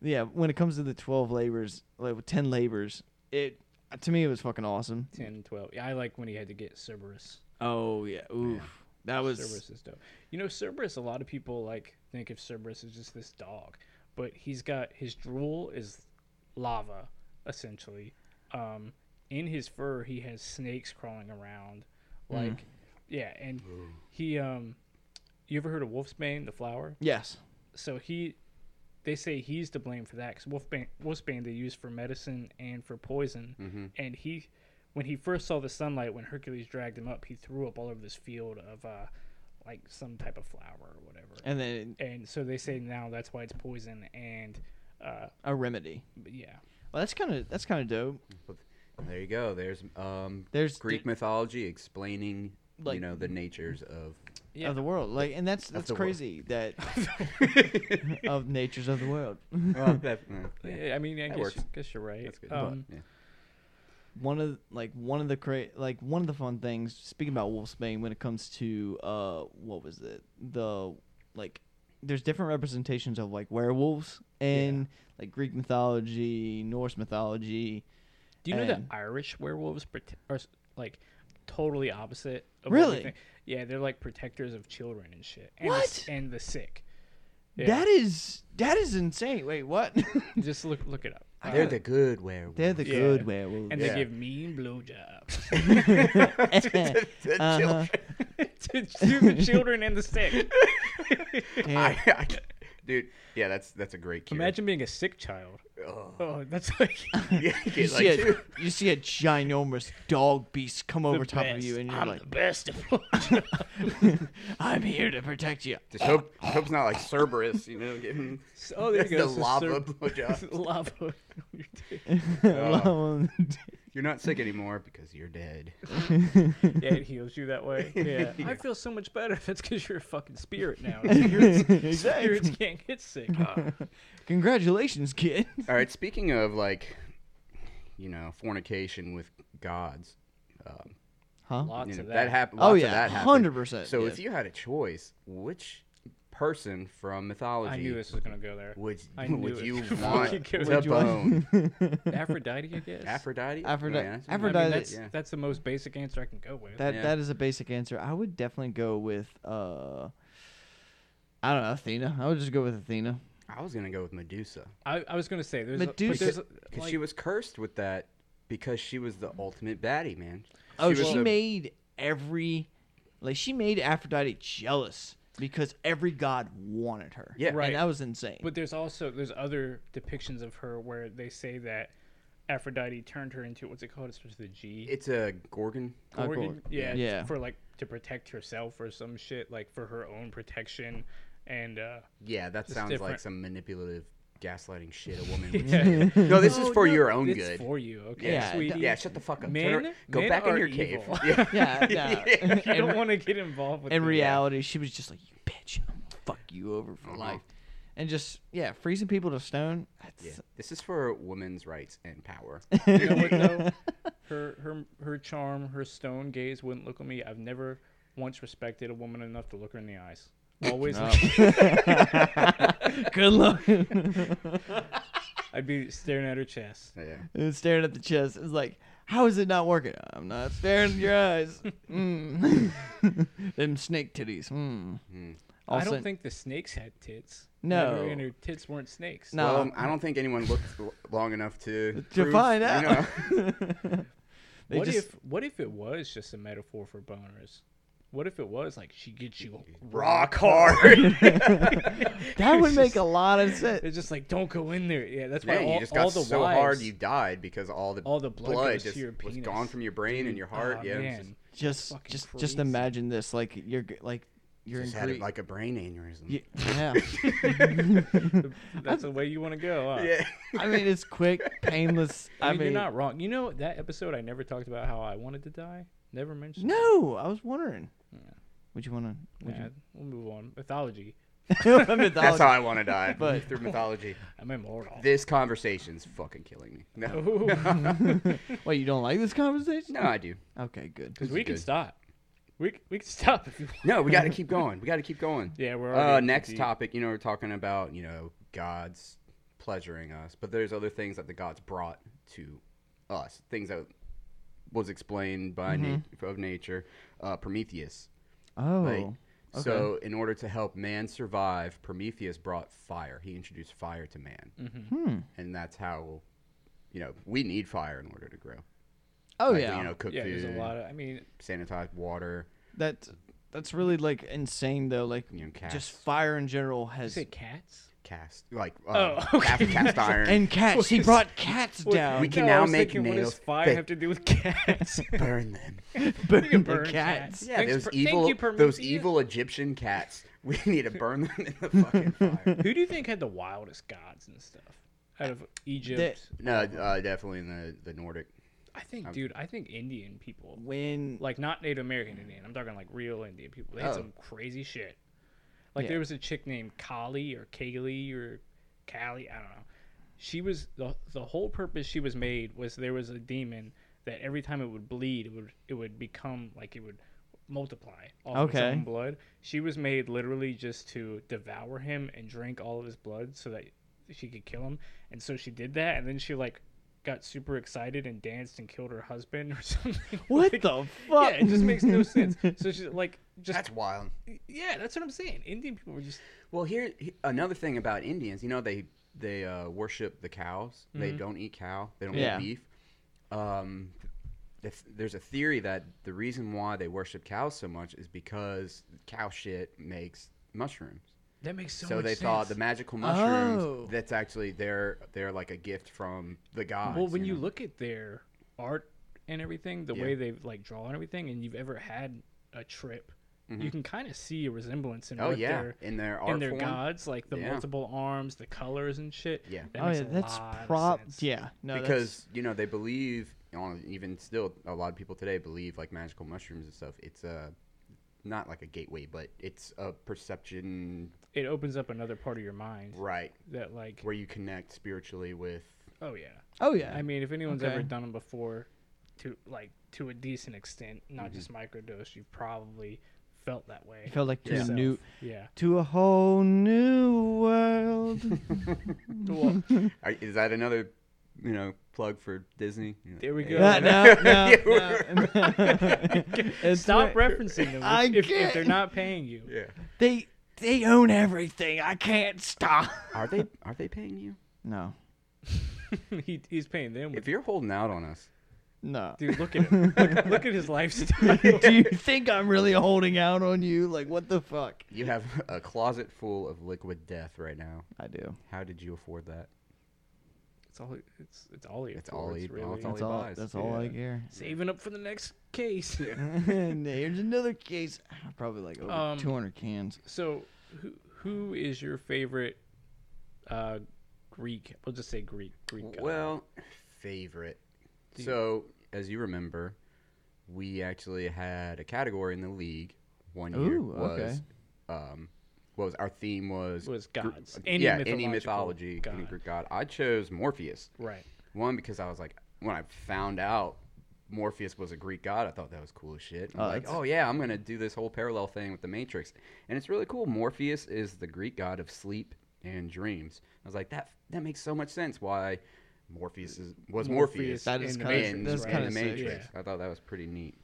[SPEAKER 1] yeah, when it comes to the 12 labors, like with 10 labors, it to me it was fucking awesome.
[SPEAKER 3] 10, 12. Yeah, I like when he had to get Cerberus.
[SPEAKER 1] Oh, yeah. Oof. That was
[SPEAKER 3] Cerberus is dope. You know, Cerberus. A lot of people like think of Cerberus as just this dog, but he's got his drool is lava, essentially. Um, in his fur, he has snakes crawling around,
[SPEAKER 1] Mm.
[SPEAKER 3] like yeah. And he um, you ever heard of Wolfsbane, the flower?
[SPEAKER 1] yes.
[SPEAKER 3] so he they say he's to blame for that because wolfsbane wolfsbane they use for medicine and for poison and he when he first saw the sunlight when hercules dragged him up he threw up all over this field of uh like some type of flower or whatever and,
[SPEAKER 1] And then
[SPEAKER 3] so they say now that's why it's poison and uh
[SPEAKER 1] a remedy.
[SPEAKER 3] but yeah
[SPEAKER 1] Well, that's kind of that's kind of dope.
[SPEAKER 2] There you go. There's um,
[SPEAKER 1] There's
[SPEAKER 2] Greek
[SPEAKER 1] the-
[SPEAKER 2] mythology explaining
[SPEAKER 1] Like-
[SPEAKER 2] you know the natures of
[SPEAKER 3] yeah
[SPEAKER 1] of the world. Like and that's that's
[SPEAKER 2] the world.
[SPEAKER 1] crazy that of natures of the world.
[SPEAKER 3] Yeah, i mean
[SPEAKER 2] That
[SPEAKER 3] i guess,
[SPEAKER 2] works.
[SPEAKER 3] you, guess you're right
[SPEAKER 2] That's good.
[SPEAKER 3] um
[SPEAKER 2] But, yeah.
[SPEAKER 1] one of like one of the cra- like one of the fun things speaking about Wolfsbane when it comes to uh what was it the like there's different representations of like werewolves in like Greek mythology, Norse mythology.
[SPEAKER 3] do you know that
[SPEAKER 1] and-
[SPEAKER 3] irish werewolves prote- are s- like totally opposite of
[SPEAKER 1] Really?
[SPEAKER 3] everything? yeah they're like protectors of children and shit and, The, s-
[SPEAKER 1] What?
[SPEAKER 3] and the sick Yeah.
[SPEAKER 1] That is that is insane. Wait, what?
[SPEAKER 3] Just look look it up.
[SPEAKER 2] They're
[SPEAKER 3] Uh,
[SPEAKER 2] the good werewolves.
[SPEAKER 1] They're the
[SPEAKER 3] Yeah.
[SPEAKER 1] good werewolves.
[SPEAKER 3] and
[SPEAKER 2] Yeah.
[SPEAKER 3] they give mean blowjobs
[SPEAKER 1] Uh-huh.
[SPEAKER 3] to, to the children and the sick.
[SPEAKER 1] Uh-huh. Damn.
[SPEAKER 2] I, I, dude, yeah, that's that's a great cure.
[SPEAKER 3] Imagine being a sick child.
[SPEAKER 2] Ugh.
[SPEAKER 3] Oh, that's like
[SPEAKER 2] yeah, you
[SPEAKER 1] you
[SPEAKER 2] get,
[SPEAKER 1] see,
[SPEAKER 2] like,
[SPEAKER 1] a,
[SPEAKER 2] two-
[SPEAKER 1] you see a ginormous dog beast come over top of you, and you're
[SPEAKER 3] I'm
[SPEAKER 1] like,
[SPEAKER 3] the best of blowjobs.
[SPEAKER 1] "I'm here to protect you."
[SPEAKER 2] just hope just hope it's not like Cerberus, you know, getting
[SPEAKER 3] oh, there you
[SPEAKER 2] the
[SPEAKER 3] go. So
[SPEAKER 2] lava
[SPEAKER 3] sur-
[SPEAKER 2] blowjob.
[SPEAKER 3] lava. on your dick. Oh.
[SPEAKER 2] You're not sick anymore because you're dead.
[SPEAKER 3] yeah, it heals you that way. Yeah. I feel so much better. That's because you're a fucking spirit now. Spirits
[SPEAKER 1] exactly.
[SPEAKER 3] can't get sick.
[SPEAKER 2] Uh,
[SPEAKER 1] Congratulations, kid.
[SPEAKER 2] All right. Speaking of like, you know, fornication with gods, um,
[SPEAKER 1] Huh?
[SPEAKER 2] you
[SPEAKER 3] Lots
[SPEAKER 2] know,
[SPEAKER 3] of
[SPEAKER 2] that,
[SPEAKER 3] that.
[SPEAKER 2] happened.
[SPEAKER 1] Oh
[SPEAKER 2] lots of
[SPEAKER 1] yeah,
[SPEAKER 2] that happened.
[SPEAKER 1] hundred percent.
[SPEAKER 2] So
[SPEAKER 1] yeah.
[SPEAKER 2] if you had a choice, which person from mythology
[SPEAKER 3] I knew this was gonna go there.
[SPEAKER 2] would
[SPEAKER 3] I knew
[SPEAKER 2] would
[SPEAKER 3] it.
[SPEAKER 2] you
[SPEAKER 3] Fucking
[SPEAKER 2] want
[SPEAKER 3] killed
[SPEAKER 2] to
[SPEAKER 3] you.
[SPEAKER 2] bone?
[SPEAKER 3] Aphrodite, I guess.
[SPEAKER 2] Aphrodite.
[SPEAKER 1] Aphrodite-
[SPEAKER 2] Yeah, that's-
[SPEAKER 3] I mean,
[SPEAKER 1] Aphrodite-
[SPEAKER 3] that's,
[SPEAKER 2] Yeah.
[SPEAKER 3] that's the most basic answer I can go with.
[SPEAKER 1] that
[SPEAKER 2] yeah.
[SPEAKER 1] that is a basic answer, I would definitely go with uh, I don't know, Athena. I would just go with Athena.
[SPEAKER 2] I was gonna go with Medusa
[SPEAKER 3] I, I was gonna say there's
[SPEAKER 1] Medusa-
[SPEAKER 3] A, but there's a,
[SPEAKER 2] because
[SPEAKER 3] like,
[SPEAKER 2] she was cursed with that because she was the ultimate baddie, man.
[SPEAKER 1] Oh,
[SPEAKER 2] was
[SPEAKER 1] she
[SPEAKER 2] the-
[SPEAKER 1] made every like she made Aphrodite jealous because every god wanted her.
[SPEAKER 2] Yeah.
[SPEAKER 3] Right.
[SPEAKER 1] and that was insane.
[SPEAKER 3] but there's also there's other depictions of her where they say that Aphrodite turned her into what's it called? It starts with a G.
[SPEAKER 2] It's a gorgon.
[SPEAKER 1] Uh,
[SPEAKER 3] Gorgon?
[SPEAKER 1] Gorgon.
[SPEAKER 3] Yeah,
[SPEAKER 1] Yeah.
[SPEAKER 3] For like to protect herself or some shit, like for her own protection, and uh,
[SPEAKER 2] Yeah, that
[SPEAKER 3] It's
[SPEAKER 2] sounds like
[SPEAKER 3] different.
[SPEAKER 2] some manipulative, gaslighting shit a woman. would
[SPEAKER 3] Yeah.
[SPEAKER 2] say. No, this is
[SPEAKER 3] Oh,
[SPEAKER 2] for
[SPEAKER 3] no,
[SPEAKER 2] your own
[SPEAKER 3] it's
[SPEAKER 2] good.
[SPEAKER 3] for you, okay,
[SPEAKER 1] Yeah,
[SPEAKER 3] sweetie.
[SPEAKER 2] yeah, shut the fuck up.
[SPEAKER 3] Men-
[SPEAKER 2] Turn her- go
[SPEAKER 3] men
[SPEAKER 2] back in
[SPEAKER 3] are
[SPEAKER 2] your
[SPEAKER 3] evil.
[SPEAKER 2] cave. Yeah.
[SPEAKER 1] yeah, yeah.
[SPEAKER 3] you
[SPEAKER 1] In,
[SPEAKER 3] don't want to get involved with
[SPEAKER 1] in
[SPEAKER 3] the-
[SPEAKER 1] reality, she was just like, "You bitch, I'm gonna fuck you over for
[SPEAKER 2] Uh-huh.
[SPEAKER 1] life," and just yeah, freezing people to stone. That's
[SPEAKER 2] Yeah. This is for women's rights and power.
[SPEAKER 3] You know what though? Her her her charm, her stone gaze wouldn't look at me. I've never once respected a woman enough to look her in the eyes. Always,
[SPEAKER 1] Good luck.
[SPEAKER 3] I'd be staring at her chest.
[SPEAKER 2] Yeah.
[SPEAKER 1] and staring at the chest. It's like, How is it not working? I'm not staring in your eyes. Mm. Them snake titties. Mm.
[SPEAKER 2] Hmm.
[SPEAKER 1] All of
[SPEAKER 3] I
[SPEAKER 1] a
[SPEAKER 3] don't
[SPEAKER 1] sudden-
[SPEAKER 3] think the snakes had tits.
[SPEAKER 1] No.
[SPEAKER 3] Like, and her tits weren't snakes.
[SPEAKER 1] No.
[SPEAKER 2] Well, um, I don't think anyone looked l- long enough to
[SPEAKER 1] to
[SPEAKER 2] prove,
[SPEAKER 1] find
[SPEAKER 2] you
[SPEAKER 1] out.
[SPEAKER 2] know.
[SPEAKER 1] They
[SPEAKER 3] what
[SPEAKER 1] just-
[SPEAKER 3] if what if it was just a metaphor for boners? What if it was like she gets you
[SPEAKER 2] rock hard.
[SPEAKER 1] that would
[SPEAKER 3] It's
[SPEAKER 1] make
[SPEAKER 3] just-
[SPEAKER 1] a lot of sense.
[SPEAKER 3] It's just like don't go in there. Yeah, that's why
[SPEAKER 2] Man,
[SPEAKER 3] all,
[SPEAKER 2] you just got
[SPEAKER 3] all the
[SPEAKER 2] so
[SPEAKER 3] wives,
[SPEAKER 2] hard you died because all the
[SPEAKER 3] all the blood goes to
[SPEAKER 2] just
[SPEAKER 3] your
[SPEAKER 2] was
[SPEAKER 3] penis.
[SPEAKER 2] gone from your brain and your heart.
[SPEAKER 3] Oh,
[SPEAKER 2] yeah, it was
[SPEAKER 3] man.
[SPEAKER 1] Just,
[SPEAKER 3] fucking
[SPEAKER 1] just, just
[SPEAKER 3] crazy.
[SPEAKER 1] imagine this. Like you're, g- like you're
[SPEAKER 2] just, just
[SPEAKER 1] in
[SPEAKER 2] had it
[SPEAKER 1] Greece.
[SPEAKER 2] like a brain aneurysm.
[SPEAKER 1] Y- yeah.
[SPEAKER 3] That's the way you want to go. Huh?
[SPEAKER 2] Yeah.
[SPEAKER 1] I mean, it's quick, painless.
[SPEAKER 3] I mean, you're not wrong. You know that episode I never talked about how I wanted to die. Never mentioned.
[SPEAKER 1] No, I was wondering.
[SPEAKER 3] Yeah.
[SPEAKER 1] Would you want to? Would
[SPEAKER 3] Yeah, we'll move on. Mythology.
[SPEAKER 1] you? Mythology.
[SPEAKER 2] That's how I want to die.
[SPEAKER 1] But-
[SPEAKER 2] through mythology,
[SPEAKER 3] I'm immortal.
[SPEAKER 2] this conversation's fucking killing me. No,
[SPEAKER 3] Because
[SPEAKER 1] Wait, you don't like this conversation?
[SPEAKER 2] no, I do.
[SPEAKER 1] Okay, good.
[SPEAKER 2] This is
[SPEAKER 3] we can
[SPEAKER 2] good.
[SPEAKER 3] stop. We c- we can stop if you want.
[SPEAKER 2] No, we got to keep going. We got to keep going.
[SPEAKER 3] Yeah, we're
[SPEAKER 2] Uh,
[SPEAKER 3] already
[SPEAKER 2] next
[SPEAKER 3] deep.
[SPEAKER 2] topic, you know, we're talking about you know God's pleasuring us, but there's other things that the gods brought to us, things that was explained by
[SPEAKER 3] Mm-hmm.
[SPEAKER 2] nat- of nature. Uh, Prometheus,
[SPEAKER 1] Oh,
[SPEAKER 2] right? So, in order to help man survive, Prometheus brought fire. He introduced fire to man,
[SPEAKER 3] Mm-hmm.
[SPEAKER 1] hmm.
[SPEAKER 2] and that's how, you know, we need fire in order to grow.
[SPEAKER 1] Oh
[SPEAKER 2] Like,
[SPEAKER 1] yeah.
[SPEAKER 2] you know, cook
[SPEAKER 3] Yeah,
[SPEAKER 2] food,
[SPEAKER 3] there's a lot of. I mean,
[SPEAKER 2] sanitize water.
[SPEAKER 1] That's that's really like insane though. Like
[SPEAKER 2] You know, cast,
[SPEAKER 1] just fire in general
[SPEAKER 3] you
[SPEAKER 1] has
[SPEAKER 3] say cats.
[SPEAKER 2] cast like uh,
[SPEAKER 3] Oh, okay.
[SPEAKER 2] cast, cast iron
[SPEAKER 1] and cats. He
[SPEAKER 3] What is-
[SPEAKER 1] brought cats down.
[SPEAKER 2] We can
[SPEAKER 3] I
[SPEAKER 2] now
[SPEAKER 3] was
[SPEAKER 2] make
[SPEAKER 3] thinking, What
[SPEAKER 2] nails
[SPEAKER 3] does fire
[SPEAKER 2] that-
[SPEAKER 3] have to do with cats?
[SPEAKER 2] burn them.
[SPEAKER 1] burn,
[SPEAKER 3] You can
[SPEAKER 1] the
[SPEAKER 3] burn
[SPEAKER 1] cats.
[SPEAKER 3] cats.
[SPEAKER 2] Yeah,
[SPEAKER 3] Thanks
[SPEAKER 2] those
[SPEAKER 3] for- thank
[SPEAKER 2] evil,
[SPEAKER 3] you,
[SPEAKER 2] those
[SPEAKER 3] Prometheus.
[SPEAKER 2] evil Egyptian cats. We need to burn them in the fucking fire.
[SPEAKER 3] Who do you think had the wildest gods and stuff out of Egypt?
[SPEAKER 2] No, uh, definitely in the, the Nordic.
[SPEAKER 3] I think, dude. I think Indian people,
[SPEAKER 1] When
[SPEAKER 3] like not Native American Indian. I'm talking like real Indian people. They had
[SPEAKER 2] Oh.
[SPEAKER 3] some crazy shit. Like
[SPEAKER 1] Yeah.
[SPEAKER 3] there was a chick named Kali or Kaylee or Callie. I don't know. She was the the whole purpose she was made was there was a demon that every time it would bleed, it would it would become like it would multiply off of its
[SPEAKER 1] Okay.
[SPEAKER 3] own blood. She was made literally just to devour him and drink all of his blood so that she could kill him. And so she did that, and then she like got super excited and danced and killed her husband or something.
[SPEAKER 1] what
[SPEAKER 3] Like,
[SPEAKER 1] the fuck?
[SPEAKER 3] yeah, it just makes no sense. So she's like, just
[SPEAKER 2] That's wild.
[SPEAKER 3] yeah, that's what I'm saying. Indian people were just
[SPEAKER 2] Well, here he- another thing about Indians. You know, they they uh, worship the cows. They
[SPEAKER 3] Mm-hmm.
[SPEAKER 2] don't eat cow. They don't
[SPEAKER 1] Yeah.
[SPEAKER 2] eat beef. Um, the th- there's a theory that the reason why they worship cows so much is because cow shit makes mushrooms.
[SPEAKER 3] that makes so.
[SPEAKER 2] So
[SPEAKER 3] much
[SPEAKER 2] they
[SPEAKER 3] sense.
[SPEAKER 2] thought the magical mushrooms.
[SPEAKER 1] Oh.
[SPEAKER 2] That's actually their they're like a gift from the gods.
[SPEAKER 3] Well, when you
[SPEAKER 2] know?
[SPEAKER 3] look at their art and everything, the
[SPEAKER 2] Yeah.
[SPEAKER 3] way they like draw and everything, and you've ever had a trip, you can kind of see a resemblance in
[SPEAKER 2] Mm-hmm. oh
[SPEAKER 3] what
[SPEAKER 2] yeah,
[SPEAKER 3] their
[SPEAKER 2] in their art
[SPEAKER 3] in their
[SPEAKER 2] form.
[SPEAKER 3] gods, like the
[SPEAKER 2] Yeah.
[SPEAKER 3] multiple arms, the colors and shit.
[SPEAKER 2] Yeah.
[SPEAKER 3] that
[SPEAKER 1] oh
[SPEAKER 3] makes
[SPEAKER 1] yeah,
[SPEAKER 3] a
[SPEAKER 1] that's
[SPEAKER 3] lot of
[SPEAKER 1] prop.
[SPEAKER 3] sense.
[SPEAKER 1] Yeah, no, that's-
[SPEAKER 2] because you know they believe on even still a lot of people today believe like magical mushrooms and stuff. It's a not like a gateway, but it's a perception
[SPEAKER 3] It opens up another part of your mind
[SPEAKER 2] right
[SPEAKER 3] that like,
[SPEAKER 2] where you connect spiritually with.
[SPEAKER 3] oh yeah.
[SPEAKER 1] oh yeah,
[SPEAKER 3] I mean, if anyone's ever
[SPEAKER 1] Okay.
[SPEAKER 3] done them before, to like to a decent extent, not just
[SPEAKER 2] Mm-hmm.
[SPEAKER 3] microdose, you've probably felt that way.
[SPEAKER 1] I felt like to a
[SPEAKER 3] yourself.
[SPEAKER 1] new,
[SPEAKER 3] Yeah.
[SPEAKER 1] to a whole new world.
[SPEAKER 3] Well,
[SPEAKER 2] Are, is that another you know plug for Disney? You know,
[SPEAKER 3] there we go.
[SPEAKER 1] Yeah, no, no,
[SPEAKER 2] You
[SPEAKER 1] no. It's
[SPEAKER 3] Stop
[SPEAKER 1] where-
[SPEAKER 3] referencing them
[SPEAKER 1] I
[SPEAKER 3] if, if, if
[SPEAKER 1] can't.
[SPEAKER 3] they're not paying you.
[SPEAKER 2] Yeah.
[SPEAKER 1] They they own everything. I can't stop.
[SPEAKER 2] Are they are they paying you?
[SPEAKER 1] No,
[SPEAKER 3] he, he's paying them.
[SPEAKER 2] If
[SPEAKER 3] With,
[SPEAKER 2] you're holding out on us,
[SPEAKER 1] no.
[SPEAKER 3] dude, look at him. look, look at his lifestyle.
[SPEAKER 1] Do you think I'm really holding out on you? Like, what the fuck?
[SPEAKER 2] you have a closet full of liquid death right now.
[SPEAKER 1] I do.
[SPEAKER 2] How did you afford that?
[SPEAKER 3] It's all it's it's all he
[SPEAKER 2] It's all
[SPEAKER 3] affords,
[SPEAKER 2] he- well, it's
[SPEAKER 3] really.
[SPEAKER 2] all
[SPEAKER 1] That's
[SPEAKER 2] he
[SPEAKER 1] all.
[SPEAKER 2] buys.
[SPEAKER 1] That's all I
[SPEAKER 2] Yeah.
[SPEAKER 1] care.
[SPEAKER 3] saving up for the next case.
[SPEAKER 1] and here's another case. Ah, Probably like over
[SPEAKER 3] Um,
[SPEAKER 1] 200 cans.
[SPEAKER 3] So, who who is your favorite uh, Greek? We'll just say Greek. Greek. uh, god?
[SPEAKER 2] Well, favorite. So, as you remember, we actually had a category in the league one year.
[SPEAKER 1] Ooh,
[SPEAKER 2] Was, um, what was our theme was
[SPEAKER 3] was
[SPEAKER 2] Gr-
[SPEAKER 3] gods. Any
[SPEAKER 2] yeah, any
[SPEAKER 3] mythological
[SPEAKER 2] mythology, any
[SPEAKER 3] god.
[SPEAKER 2] Greek god. I chose Morpheus.
[SPEAKER 3] right.
[SPEAKER 2] One because I was like, when I found out Morpheus was a Greek god, I thought that was cool as shit. I'm
[SPEAKER 1] Oh,
[SPEAKER 2] like,
[SPEAKER 1] that's-
[SPEAKER 2] oh yeah, I'm gonna do this whole parallel thing with the Matrix, and it's really cool. Morpheus is the Greek god of sleep and dreams. I was like, that that makes so much sense. Why Morpheus is, was
[SPEAKER 3] Morpheus
[SPEAKER 2] Morpheus.
[SPEAKER 1] That is
[SPEAKER 3] in the
[SPEAKER 1] kind
[SPEAKER 2] in,
[SPEAKER 1] of
[SPEAKER 3] Matrix,
[SPEAKER 1] that's
[SPEAKER 2] in
[SPEAKER 3] right?
[SPEAKER 1] kind
[SPEAKER 2] the
[SPEAKER 1] of sick.
[SPEAKER 2] Matrix. I thought that was pretty neat.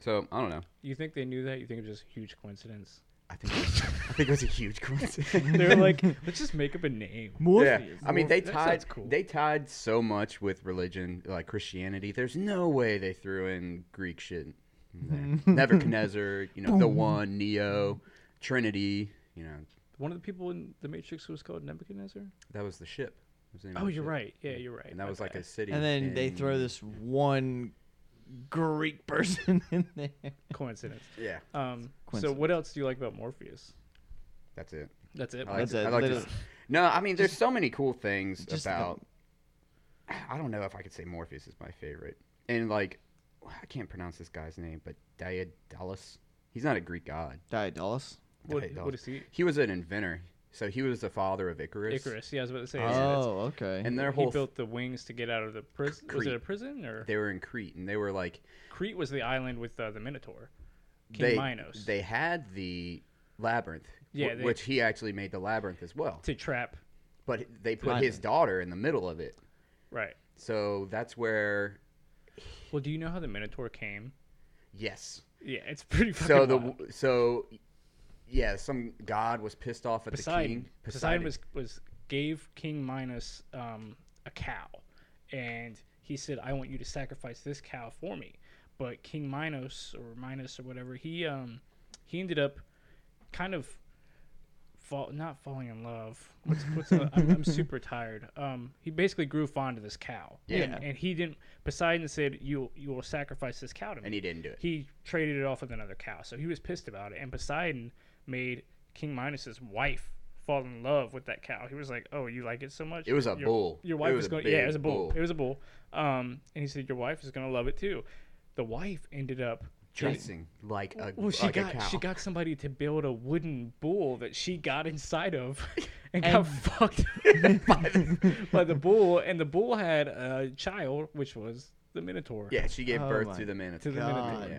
[SPEAKER 2] So I don't know.
[SPEAKER 3] You think they knew that? You think it was just a huge coincidence?
[SPEAKER 2] I think it was, I think it was a huge coincidence.
[SPEAKER 3] They're like, let's just make up a name.
[SPEAKER 2] yeah,
[SPEAKER 1] Morpheus.
[SPEAKER 2] I mean they
[SPEAKER 3] That
[SPEAKER 2] tied
[SPEAKER 3] sounds cool.
[SPEAKER 2] they tied so much with religion, like Christianity. There's no way they threw in Greek shit. in there. Nebuchadnezzar, you know, the One, Neo, Trinity. You know,
[SPEAKER 3] One of the people in the Matrix was called Nebuchadnezzar.
[SPEAKER 2] that was the ship. That was the name of
[SPEAKER 3] Oh,
[SPEAKER 2] the
[SPEAKER 3] you're
[SPEAKER 2] ship.
[SPEAKER 3] right. Yeah, you're right.
[SPEAKER 2] And that
[SPEAKER 3] My
[SPEAKER 2] was like
[SPEAKER 3] bad.
[SPEAKER 2] a city.
[SPEAKER 1] and then they
[SPEAKER 2] in-
[SPEAKER 1] throw this one Greek person in there.
[SPEAKER 3] coincidence.
[SPEAKER 2] Yeah,
[SPEAKER 3] Um, so
[SPEAKER 1] Coincidence.
[SPEAKER 3] what else do you like about Morpheus?
[SPEAKER 2] that's it.
[SPEAKER 3] That's it.
[SPEAKER 2] I like
[SPEAKER 1] That's
[SPEAKER 2] to-
[SPEAKER 1] it.
[SPEAKER 2] I like to
[SPEAKER 1] Little-
[SPEAKER 2] s- no, I mean, there's so many cool things
[SPEAKER 1] Just the-
[SPEAKER 2] about. I don't know if I could say Morpheus is my favorite, and like, I can't pronounce this guy's name, but Daedalus. He's not a Greek god.
[SPEAKER 1] Daedalus.
[SPEAKER 3] what,
[SPEAKER 2] Daedalus.
[SPEAKER 3] what is he?
[SPEAKER 2] He was an inventor, so he was the father of Icarus.
[SPEAKER 3] Icarus. Yeah, I was about to say. it's- it's-
[SPEAKER 1] Oh, okay.
[SPEAKER 2] And their
[SPEAKER 3] he
[SPEAKER 2] whole
[SPEAKER 3] built the wings to get out of the prison. Was it a prison or
[SPEAKER 2] they were in Crete, and they were like
[SPEAKER 3] Crete was the island with uh, the Minotaur, King
[SPEAKER 2] they
[SPEAKER 3] Minos,
[SPEAKER 2] they had the labyrinth,
[SPEAKER 3] Yeah,
[SPEAKER 2] wh-
[SPEAKER 3] they-
[SPEAKER 2] which he actually made the labyrinth as well.
[SPEAKER 3] to trap.
[SPEAKER 2] But they put
[SPEAKER 1] Right.
[SPEAKER 2] his daughter in the middle of it,
[SPEAKER 3] Right.
[SPEAKER 2] so that's where
[SPEAKER 3] Well, do you know how the Minotaur came?
[SPEAKER 2] yes,
[SPEAKER 3] Yeah, it's pretty fucking
[SPEAKER 2] so the
[SPEAKER 3] wild.
[SPEAKER 2] so yeah some god was pissed off at the
[SPEAKER 3] Poseidon,
[SPEAKER 2] king
[SPEAKER 3] Poseidon was was gave King Minos um, a cow, and he said, "I want you to sacrifice this cow for me." But King Minos or Minos or whatever, he um, he ended up kind of fall not falling in love. What's, what's the, I'm, I'm super tired. Um, he basically grew fond of this cow.
[SPEAKER 2] Yeah.
[SPEAKER 3] And, and he didn't. Poseidon said, "You you will sacrifice this cow to me."
[SPEAKER 2] and he didn't do it
[SPEAKER 3] he traded it off with another cow. So he was pissed about it. And Poseidon made King Minos's wife fall in love with that cow. He was like, "Oh, you like it so much?
[SPEAKER 2] It was a
[SPEAKER 3] your,
[SPEAKER 2] bull.
[SPEAKER 3] Your
[SPEAKER 2] It
[SPEAKER 3] wife
[SPEAKER 2] was
[SPEAKER 3] is
[SPEAKER 2] a
[SPEAKER 3] going. Yeah, it
[SPEAKER 2] big
[SPEAKER 3] was a bull.
[SPEAKER 2] bull.
[SPEAKER 3] It was a bull." Um, and he said, "Your wife is going to love it too." The wife ended up.
[SPEAKER 2] dressing like a
[SPEAKER 3] Well, she
[SPEAKER 2] like a
[SPEAKER 3] got
[SPEAKER 2] cow.
[SPEAKER 3] she got somebody to build a wooden bull that she got inside of, and, got fucked by the, by the bull. And the bull had a child, which was the Minotaur.
[SPEAKER 2] yeah she gave
[SPEAKER 1] Oh
[SPEAKER 2] birth
[SPEAKER 1] my
[SPEAKER 2] to the minotaur
[SPEAKER 3] to the Minotaur.
[SPEAKER 1] God.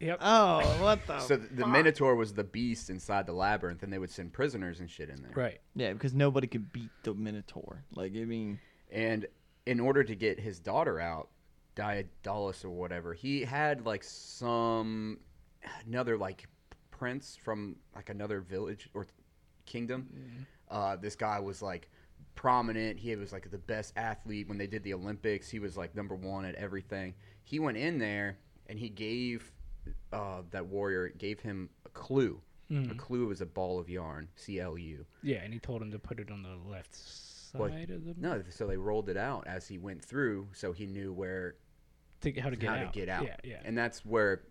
[SPEAKER 2] Yeah.
[SPEAKER 3] Yep.
[SPEAKER 2] Uh,
[SPEAKER 1] Oh, what the?
[SPEAKER 2] so the, the minotaur was the beast inside the labyrinth and they would send prisoners and shit in there
[SPEAKER 3] right.
[SPEAKER 1] yeah, because nobody could beat the Minotaur. Like, I mean,
[SPEAKER 2] and in order to get his daughter out Daedalus or whatever he had like some another like prince from like another village or kingdom uh, this guy was like prominent he was like the best athlete when they did the olympics he was like number one at everything he went in there and he gave uh, that warrior gave him a clue
[SPEAKER 3] Mm. Hmm.
[SPEAKER 2] a clue was a ball of yarn clu
[SPEAKER 3] Yeah, and he told him to put it on the left side
[SPEAKER 2] Well,
[SPEAKER 3] of the
[SPEAKER 2] No, so they rolled it out as he went through, so he knew where
[SPEAKER 3] to, how to get
[SPEAKER 2] how
[SPEAKER 3] out.
[SPEAKER 2] to get out.
[SPEAKER 3] Yeah, yeah.
[SPEAKER 2] And that's where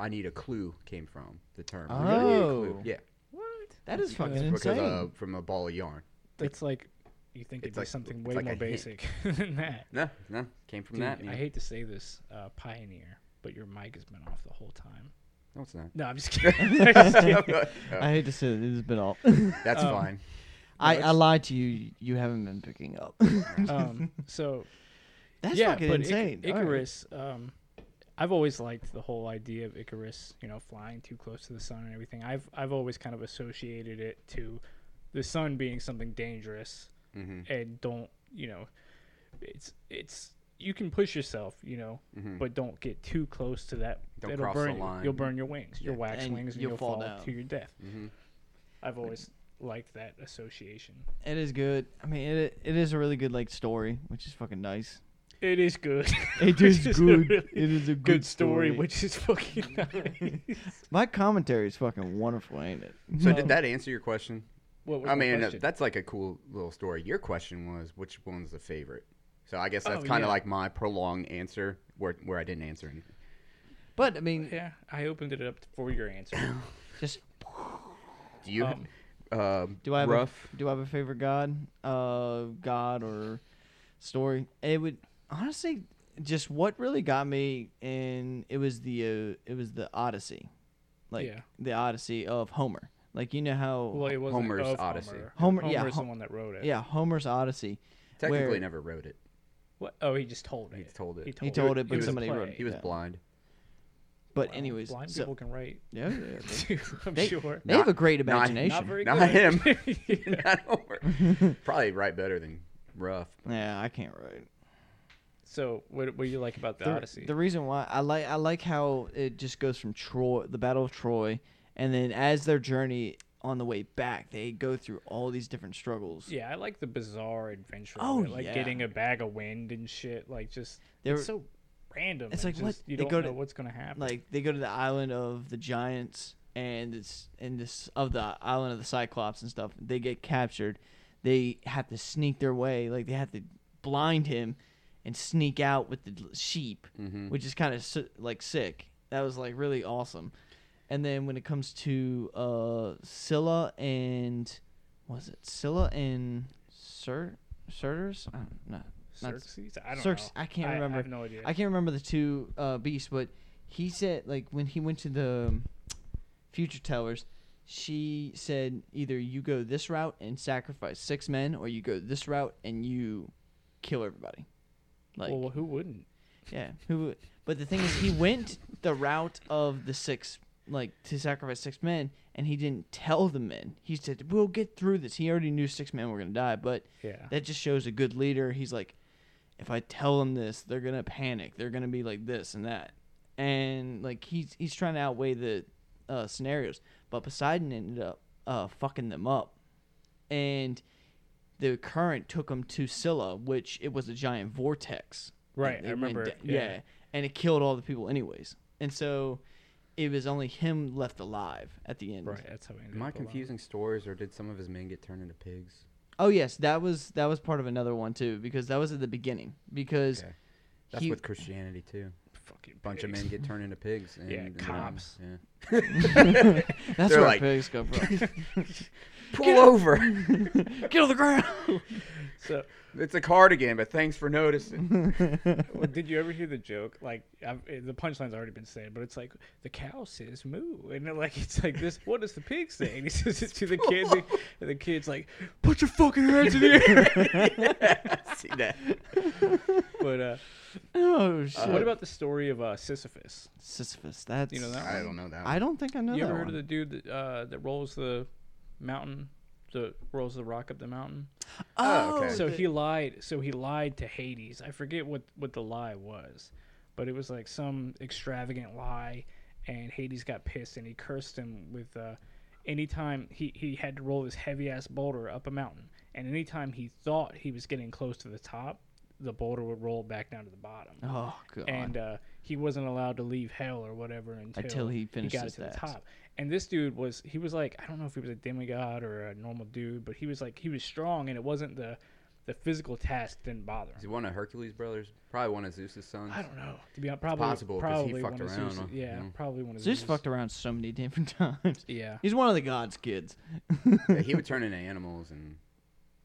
[SPEAKER 2] "I need a clue" came from. The term.
[SPEAKER 1] Oh.
[SPEAKER 2] "I need a clue." yeah,
[SPEAKER 3] what?
[SPEAKER 1] that is fucking
[SPEAKER 3] good.
[SPEAKER 1] insane.
[SPEAKER 2] because uh, from a ball of yarn.
[SPEAKER 3] That's like you think it'd
[SPEAKER 2] It's
[SPEAKER 3] be
[SPEAKER 2] like-
[SPEAKER 3] something
[SPEAKER 2] it's
[SPEAKER 3] way
[SPEAKER 2] like
[SPEAKER 3] more
[SPEAKER 2] a hint.
[SPEAKER 3] basic than that.
[SPEAKER 2] No, no, came from
[SPEAKER 3] Dude,
[SPEAKER 2] that.
[SPEAKER 3] I
[SPEAKER 2] man.
[SPEAKER 3] hate to say this, uh, pioneer, but your mic has been off the whole time.
[SPEAKER 2] No, it's not.
[SPEAKER 3] No, I'm just kidding. I'm just kidding.
[SPEAKER 1] I hate to say that this has been all.
[SPEAKER 2] that's
[SPEAKER 3] Um,
[SPEAKER 2] fine.
[SPEAKER 1] I, I lied to you. You haven't been picking up.
[SPEAKER 3] um, so
[SPEAKER 1] That's
[SPEAKER 3] yeah,
[SPEAKER 1] fucking
[SPEAKER 3] but Ic-
[SPEAKER 1] insane. All right.
[SPEAKER 3] Icarus. Um, I've always liked the whole idea of Icarus, you know, flying too close to the sun and everything. I've I've always kind of associated it to the sun being something dangerous
[SPEAKER 2] Mm-hmm,
[SPEAKER 3] and don't, you know, it's it's you can push yourself, you know, but don't get too close to that.
[SPEAKER 2] Mm-hmm. Don't
[SPEAKER 3] It'll
[SPEAKER 2] cross the
[SPEAKER 3] burn you.
[SPEAKER 2] line.
[SPEAKER 3] You'll burn your wings, your wax
[SPEAKER 1] And
[SPEAKER 3] wings, and
[SPEAKER 1] you'll
[SPEAKER 3] you'll
[SPEAKER 1] fall
[SPEAKER 3] fall,
[SPEAKER 1] down.
[SPEAKER 3] to your death.
[SPEAKER 2] mm-hmm.
[SPEAKER 3] I've always liked that association.
[SPEAKER 1] It is good. I mean, it it is a really good like story, which is fucking nice.
[SPEAKER 3] It is good.
[SPEAKER 1] It
[SPEAKER 3] Which
[SPEAKER 1] is
[SPEAKER 3] a
[SPEAKER 1] good.
[SPEAKER 3] really
[SPEAKER 1] It is a
[SPEAKER 3] good, story, which is fucking nice.
[SPEAKER 1] my commentary is fucking wonderful, ain't it?
[SPEAKER 2] So did that answer your question?
[SPEAKER 3] What was
[SPEAKER 2] I
[SPEAKER 3] the
[SPEAKER 2] mean, uh,
[SPEAKER 3] question?
[SPEAKER 2] that's like a cool little story. Your question was which one's the favorite. So I guess that's
[SPEAKER 3] Oh,
[SPEAKER 2] kind of
[SPEAKER 3] yeah.
[SPEAKER 2] like my prolonged answer, where where I didn't answer anything.
[SPEAKER 1] But I mean,
[SPEAKER 3] yeah, I opened it up for your answer.
[SPEAKER 1] just
[SPEAKER 2] Do you?
[SPEAKER 3] Um,
[SPEAKER 2] uh,
[SPEAKER 1] do I have
[SPEAKER 2] rough?
[SPEAKER 1] A, do I have a favorite god, uh, god or story? It would honestly just what really got me, and it was the uh, it was the Odyssey, like
[SPEAKER 3] Yeah.
[SPEAKER 1] the Odyssey of Homer. Like you know how
[SPEAKER 3] well, it wasn't
[SPEAKER 2] Homer's
[SPEAKER 3] of
[SPEAKER 2] Odyssey.
[SPEAKER 1] Homer-
[SPEAKER 3] Homer,
[SPEAKER 1] yeah,
[SPEAKER 3] Homer's
[SPEAKER 1] Ho-
[SPEAKER 3] the one that wrote it.
[SPEAKER 1] yeah Homer's Odyssey. where-
[SPEAKER 2] Technically, never wrote it.
[SPEAKER 3] What? Oh, he just told it.
[SPEAKER 2] He told it.
[SPEAKER 1] He told it, but
[SPEAKER 2] was
[SPEAKER 1] somebody
[SPEAKER 3] a
[SPEAKER 1] wrote it.
[SPEAKER 3] play.
[SPEAKER 2] He was
[SPEAKER 1] Yeah.
[SPEAKER 2] blind.
[SPEAKER 1] But
[SPEAKER 3] Wow,
[SPEAKER 1] anyways,
[SPEAKER 3] blind
[SPEAKER 1] so-
[SPEAKER 3] people can write.
[SPEAKER 1] yeah, yeah, yeah.
[SPEAKER 3] too, I'm
[SPEAKER 1] They-
[SPEAKER 3] sure.
[SPEAKER 1] They have
[SPEAKER 2] Not-
[SPEAKER 1] a great
[SPEAKER 2] not-
[SPEAKER 1] imagination.
[SPEAKER 3] Not very
[SPEAKER 2] Not
[SPEAKER 3] good.
[SPEAKER 2] him.
[SPEAKER 3] Yeah.
[SPEAKER 2] Not Homer. Probably write better than rough.
[SPEAKER 1] Yeah, I can't write.
[SPEAKER 3] So what what do you like about the,
[SPEAKER 1] the,
[SPEAKER 3] Odyssey?
[SPEAKER 1] the reason why I like I like how it just goes from Troy, the Battle of Troy, and then as their journey on the way back, they go through all these different struggles.
[SPEAKER 3] yeah, I like the bizarre adventure.
[SPEAKER 1] Oh,
[SPEAKER 3] of it, like
[SPEAKER 1] yeah.
[SPEAKER 3] getting a bag of wind and shit. Like just
[SPEAKER 1] They were-
[SPEAKER 3] it's so random.
[SPEAKER 1] It's
[SPEAKER 3] and
[SPEAKER 1] like, what?
[SPEAKER 3] just- You
[SPEAKER 1] They
[SPEAKER 3] don't
[SPEAKER 1] go
[SPEAKER 3] know
[SPEAKER 1] to-
[SPEAKER 3] what's gonna happen.
[SPEAKER 1] Like they go to the island of the giants and it's and this of the island of the Cyclops and stuff. They get captured. They have to sneak their way. Like they have to blind him and sneak out with the l- sheep, which is kind of si- like sick. That was like really awesome. And then when it comes to uh Scylla and was it Scylla and Sir Surters? I don't know. Not-
[SPEAKER 3] Xerxes? I don't
[SPEAKER 1] Circe-
[SPEAKER 3] know.
[SPEAKER 1] I can't remember.
[SPEAKER 3] I have no idea.
[SPEAKER 1] I can't remember the two uh, beasts, but he said like when he went to the um, future tellers, she said either you go this route and sacrifice six men, or you go this route and you kill everybody. Like
[SPEAKER 3] well, who wouldn't?
[SPEAKER 1] yeah, who? But the thing is, he went the route of the six like to sacrifice six men, and he didn't tell the men. He said we'll get through this. He already knew six men were gonna die, but
[SPEAKER 3] Yeah.
[SPEAKER 1] that just shows a good leader. He's like, if I tell them this, they're gonna panic. They're gonna be like this and that, and like he's he's trying to outweigh the uh, scenarios. But Poseidon ended up uh, fucking them up, and the current took him to Scylla, which it was a giant vortex.
[SPEAKER 3] Right,
[SPEAKER 1] And
[SPEAKER 3] I
[SPEAKER 1] it went
[SPEAKER 3] remember,
[SPEAKER 1] da-
[SPEAKER 3] yeah.
[SPEAKER 1] yeah, and it killed all the people anyways, and so. It was only him left alive at the end.
[SPEAKER 3] Right. That's how. we ended
[SPEAKER 2] Am I
[SPEAKER 3] up alone.
[SPEAKER 2] confusing stories, or did some of his men get turned into pigs?
[SPEAKER 1] Oh yes, that was that was part of another one too, because that was at the beginning. Because
[SPEAKER 2] Okay. That's
[SPEAKER 1] he-
[SPEAKER 2] with Christianity too.
[SPEAKER 3] Fucking
[SPEAKER 2] Bunch of
[SPEAKER 3] pigs.
[SPEAKER 2] men get turned into pigs. And,
[SPEAKER 3] Yeah,
[SPEAKER 2] and, um,
[SPEAKER 3] cops.
[SPEAKER 2] yeah.
[SPEAKER 1] That's where
[SPEAKER 2] They're like-
[SPEAKER 1] pigs come from.
[SPEAKER 2] Pull over.
[SPEAKER 1] Get on the ground.
[SPEAKER 3] So,
[SPEAKER 2] it's a cardigan, but thanks for noticing.
[SPEAKER 3] well, did you ever hear the joke? Like, I've, eh, the punchline's already been said, but it's like the cow says "moo," and they're like it's like this. What does the pig say? And he says it to the kid, and the- and the kid's like, "Put your fucking hands in the air."
[SPEAKER 2] See that?
[SPEAKER 3] But uh,
[SPEAKER 1] oh shit.
[SPEAKER 3] what about the story of uh, Sisyphus?
[SPEAKER 1] Sisyphus? That's
[SPEAKER 3] You know that
[SPEAKER 2] I
[SPEAKER 3] one?
[SPEAKER 2] don't know that. One.
[SPEAKER 1] I don't think I know
[SPEAKER 3] You
[SPEAKER 1] that
[SPEAKER 3] ever heard
[SPEAKER 1] one.
[SPEAKER 3] of the dude that, uh, that rolls the mountain, the rolls the rock up the mountain?
[SPEAKER 2] Oh, okay.
[SPEAKER 3] So
[SPEAKER 1] the-
[SPEAKER 3] he lied. So he lied to Hades. I forget what what the lie was, but it was like some extravagant lie, and Hades got pissed and he cursed him with. Uh, anytime he he had to roll this heavy ass boulder up a mountain, and anytime he thought he was getting close to the top, the boulder would roll back down to the bottom.
[SPEAKER 1] Oh god.
[SPEAKER 3] And uh, he wasn't allowed to leave hell or whatever until,
[SPEAKER 1] Until he finished
[SPEAKER 3] got
[SPEAKER 1] his
[SPEAKER 3] to the
[SPEAKER 1] task.
[SPEAKER 3] top. And this dude was he was like I don't know if he was a demigod or a normal dude, but he was like he was strong, and it wasn't the the physical task didn't bother
[SPEAKER 2] Is
[SPEAKER 3] him.
[SPEAKER 2] he one of Hercules' brothers? Probably one of Zeus's sons.
[SPEAKER 3] I don't know. To be honest, probably
[SPEAKER 2] possible 'cause he
[SPEAKER 3] probably
[SPEAKER 2] fucked
[SPEAKER 3] one of
[SPEAKER 2] around,
[SPEAKER 3] Zeus,
[SPEAKER 2] huh? Yeah.
[SPEAKER 3] yeah, probably one of
[SPEAKER 1] Zeus
[SPEAKER 3] Zeus's-
[SPEAKER 1] fucked around so many different times.
[SPEAKER 3] Yeah,
[SPEAKER 1] He's one of the gods' kids.
[SPEAKER 2] Yeah, he would turn into animals, and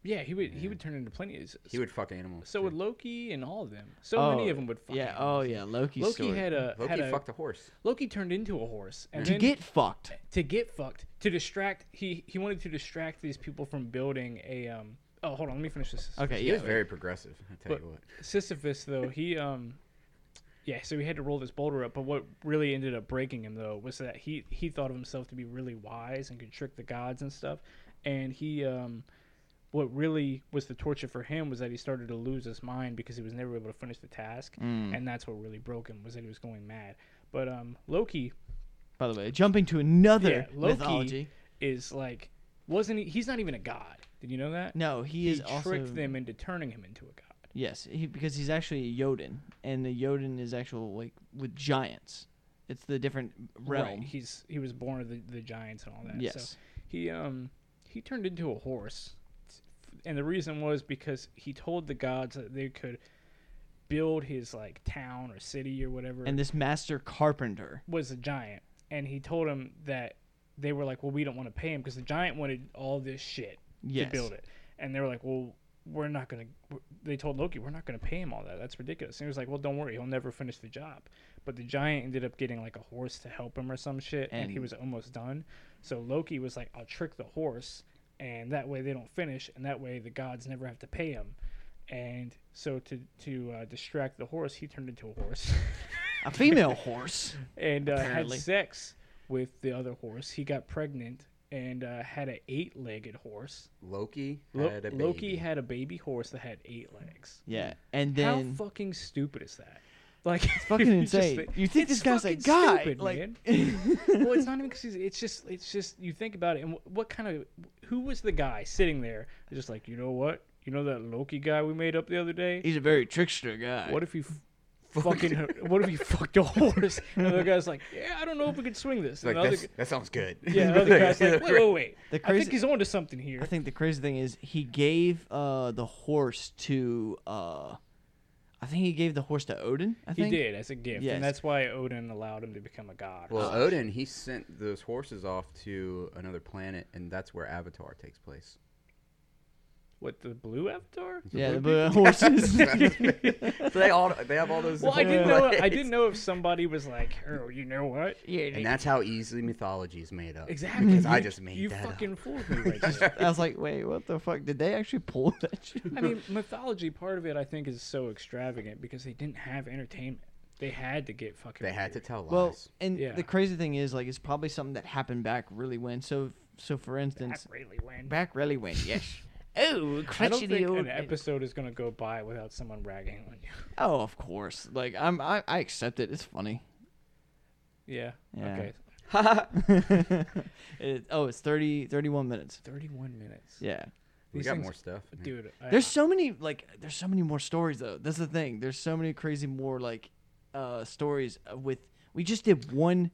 [SPEAKER 3] yeah. He would he would turn into plenty. Of,
[SPEAKER 2] he would fuck animals.
[SPEAKER 3] So
[SPEAKER 2] too.
[SPEAKER 3] would Loki and all of them. So many of them would.
[SPEAKER 1] Oh,
[SPEAKER 3] Fuck
[SPEAKER 1] Yeah.
[SPEAKER 3] animals.
[SPEAKER 1] Oh yeah. Loki's
[SPEAKER 3] Loki
[SPEAKER 1] story.
[SPEAKER 3] had a had
[SPEAKER 2] Loki
[SPEAKER 3] a,
[SPEAKER 2] fucked a horse.
[SPEAKER 3] Loki turned into a horse and
[SPEAKER 1] to
[SPEAKER 3] then-
[SPEAKER 1] get fucked.
[SPEAKER 3] to get fucked to distract he he wanted to distract these people from building a um oh hold on let me finish this
[SPEAKER 1] Okay.
[SPEAKER 2] He
[SPEAKER 1] yeah.
[SPEAKER 2] was very progressive. I tell
[SPEAKER 3] But-
[SPEAKER 2] you what.
[SPEAKER 3] sisyphus though he um yeah so he had to roll this boulder up but what really ended up breaking him though was that he he thought of himself to be really wise and could trick the gods and stuff and he um what really was the torture for him was that he started to lose his mind because he was never able to finish the task and that's what really broke him was that he was going mad but um loki
[SPEAKER 1] By the way, jumping to another
[SPEAKER 3] yeah, Loki
[SPEAKER 1] mythology.
[SPEAKER 3] is like wasn't he? He's not even a god. Did you know that?
[SPEAKER 1] No, he,
[SPEAKER 3] he
[SPEAKER 1] is also
[SPEAKER 3] tricked them into turning him into a god.
[SPEAKER 1] Yes, he, because he's actually a Yoden, and the Yoden is actual like with giants. It's the different realm.
[SPEAKER 3] Right. He's he was born of the, the giants and all that.
[SPEAKER 1] Yes.
[SPEAKER 3] So he um he turned into a horse, and the reason was because he told the gods that they could build his like town or city or whatever.
[SPEAKER 1] And this master carpenter.
[SPEAKER 3] was a giant, and he told him that they were like, "Well, we don't want to pay him because the giant wanted all this shit
[SPEAKER 1] Yes.
[SPEAKER 3] to build it," and they were like, "Well, we're not gonna." we're- They told Loki, "We're not gonna pay him all that. That's ridiculous." And he was like, "Well, don't worry, he'll never finish the job." But the giant ended up getting like a horse to help him or some shit, and, he
[SPEAKER 1] And-
[SPEAKER 3] was almost done. So Loki was like, "I'll trick the horse, and that way they don't finish, and that way the gods never have to pay him." And so to to uh, distract the horse, he turned into a horse.
[SPEAKER 1] A female horse.
[SPEAKER 3] and uh, had
[SPEAKER 1] Apparently.
[SPEAKER 3] sex with the other horse. He got pregnant, and uh, had an eight-legged horse.
[SPEAKER 2] Loki
[SPEAKER 3] Lo-
[SPEAKER 2] had a baby.
[SPEAKER 3] Loki had a baby horse that had eight legs.
[SPEAKER 1] Yeah, and then
[SPEAKER 3] How fucking stupid is that? Like it's
[SPEAKER 1] fucking insane. you think this guy's a guy? like,
[SPEAKER 3] well, it's not even because he's. It's just. It's just. You think about it, and wh- what kind of who was the guy sitting there? Just like you know what, you know that Loki guy we made up the other day.
[SPEAKER 1] he's a very trickster guy.
[SPEAKER 3] What if he f- fucking? What if he fucked a horse? And the other guy's like, yeah, I don't know if we could swing this.
[SPEAKER 2] Like
[SPEAKER 3] And the other,
[SPEAKER 2] "That's-
[SPEAKER 3] gu-
[SPEAKER 2] that sounds good.
[SPEAKER 3] yeah, the other guy's like, wait, wait, wait.
[SPEAKER 1] The
[SPEAKER 3] I
[SPEAKER 1] crazy-
[SPEAKER 3] think he's onto something here.
[SPEAKER 1] I think the crazy thing is he gave uh, the horse to. Uh, I think he gave the horse to Odin. I
[SPEAKER 3] he
[SPEAKER 1] think
[SPEAKER 3] did as a gift,
[SPEAKER 1] Yes.
[SPEAKER 3] and that's why Odin allowed him to become a god.
[SPEAKER 2] Well, Odin he sent those horses off to another planet, and that's where Avatar takes place.
[SPEAKER 3] what the blue avatar?
[SPEAKER 1] Yeah, the blue horses.
[SPEAKER 2] so they all they have all those.
[SPEAKER 3] Well, I didn't know.
[SPEAKER 2] different
[SPEAKER 3] I
[SPEAKER 2] plates.
[SPEAKER 3] didn't know if somebody was like, "Oh, you know what? Yeah,
[SPEAKER 2] And that's how easily mythology is made up.
[SPEAKER 3] exactly."
[SPEAKER 2] Because I
[SPEAKER 3] You-
[SPEAKER 2] just made
[SPEAKER 3] you
[SPEAKER 2] that
[SPEAKER 3] fucking
[SPEAKER 2] up.
[SPEAKER 3] fooled me right there.
[SPEAKER 1] I was like, wait, what the fuck? Did they actually pull that shit?
[SPEAKER 3] I mean, mythology part of it, I think, is so extravagant because they didn't have entertainment. They had to get fucking.
[SPEAKER 2] They had to
[SPEAKER 3] weird.
[SPEAKER 2] tell lies.
[SPEAKER 1] Well, and
[SPEAKER 3] Yeah.
[SPEAKER 1] the crazy thing is, like, it's probably something that happened back really when. So, so for instance,
[SPEAKER 3] That really went.
[SPEAKER 1] back, really when, yes. oh,
[SPEAKER 3] I don't
[SPEAKER 1] crotchety
[SPEAKER 3] think
[SPEAKER 1] old.
[SPEAKER 3] an episode is gonna go by without someone ragging on you.
[SPEAKER 1] Oh, of course. Like, I'm, I, I accept it. It's funny.
[SPEAKER 3] Yeah.
[SPEAKER 1] Yeah.
[SPEAKER 3] Okay.
[SPEAKER 1] It- oh, it's 30, 31 minutes.
[SPEAKER 3] Thirty-one minutes.
[SPEAKER 1] Yeah.
[SPEAKER 2] we
[SPEAKER 3] these
[SPEAKER 2] got
[SPEAKER 3] things-
[SPEAKER 2] more stuff, man.
[SPEAKER 3] Dude, I,
[SPEAKER 1] There's so many like there's so many more stories though. That's the thing. There's so many crazy more like uh stories with we just did one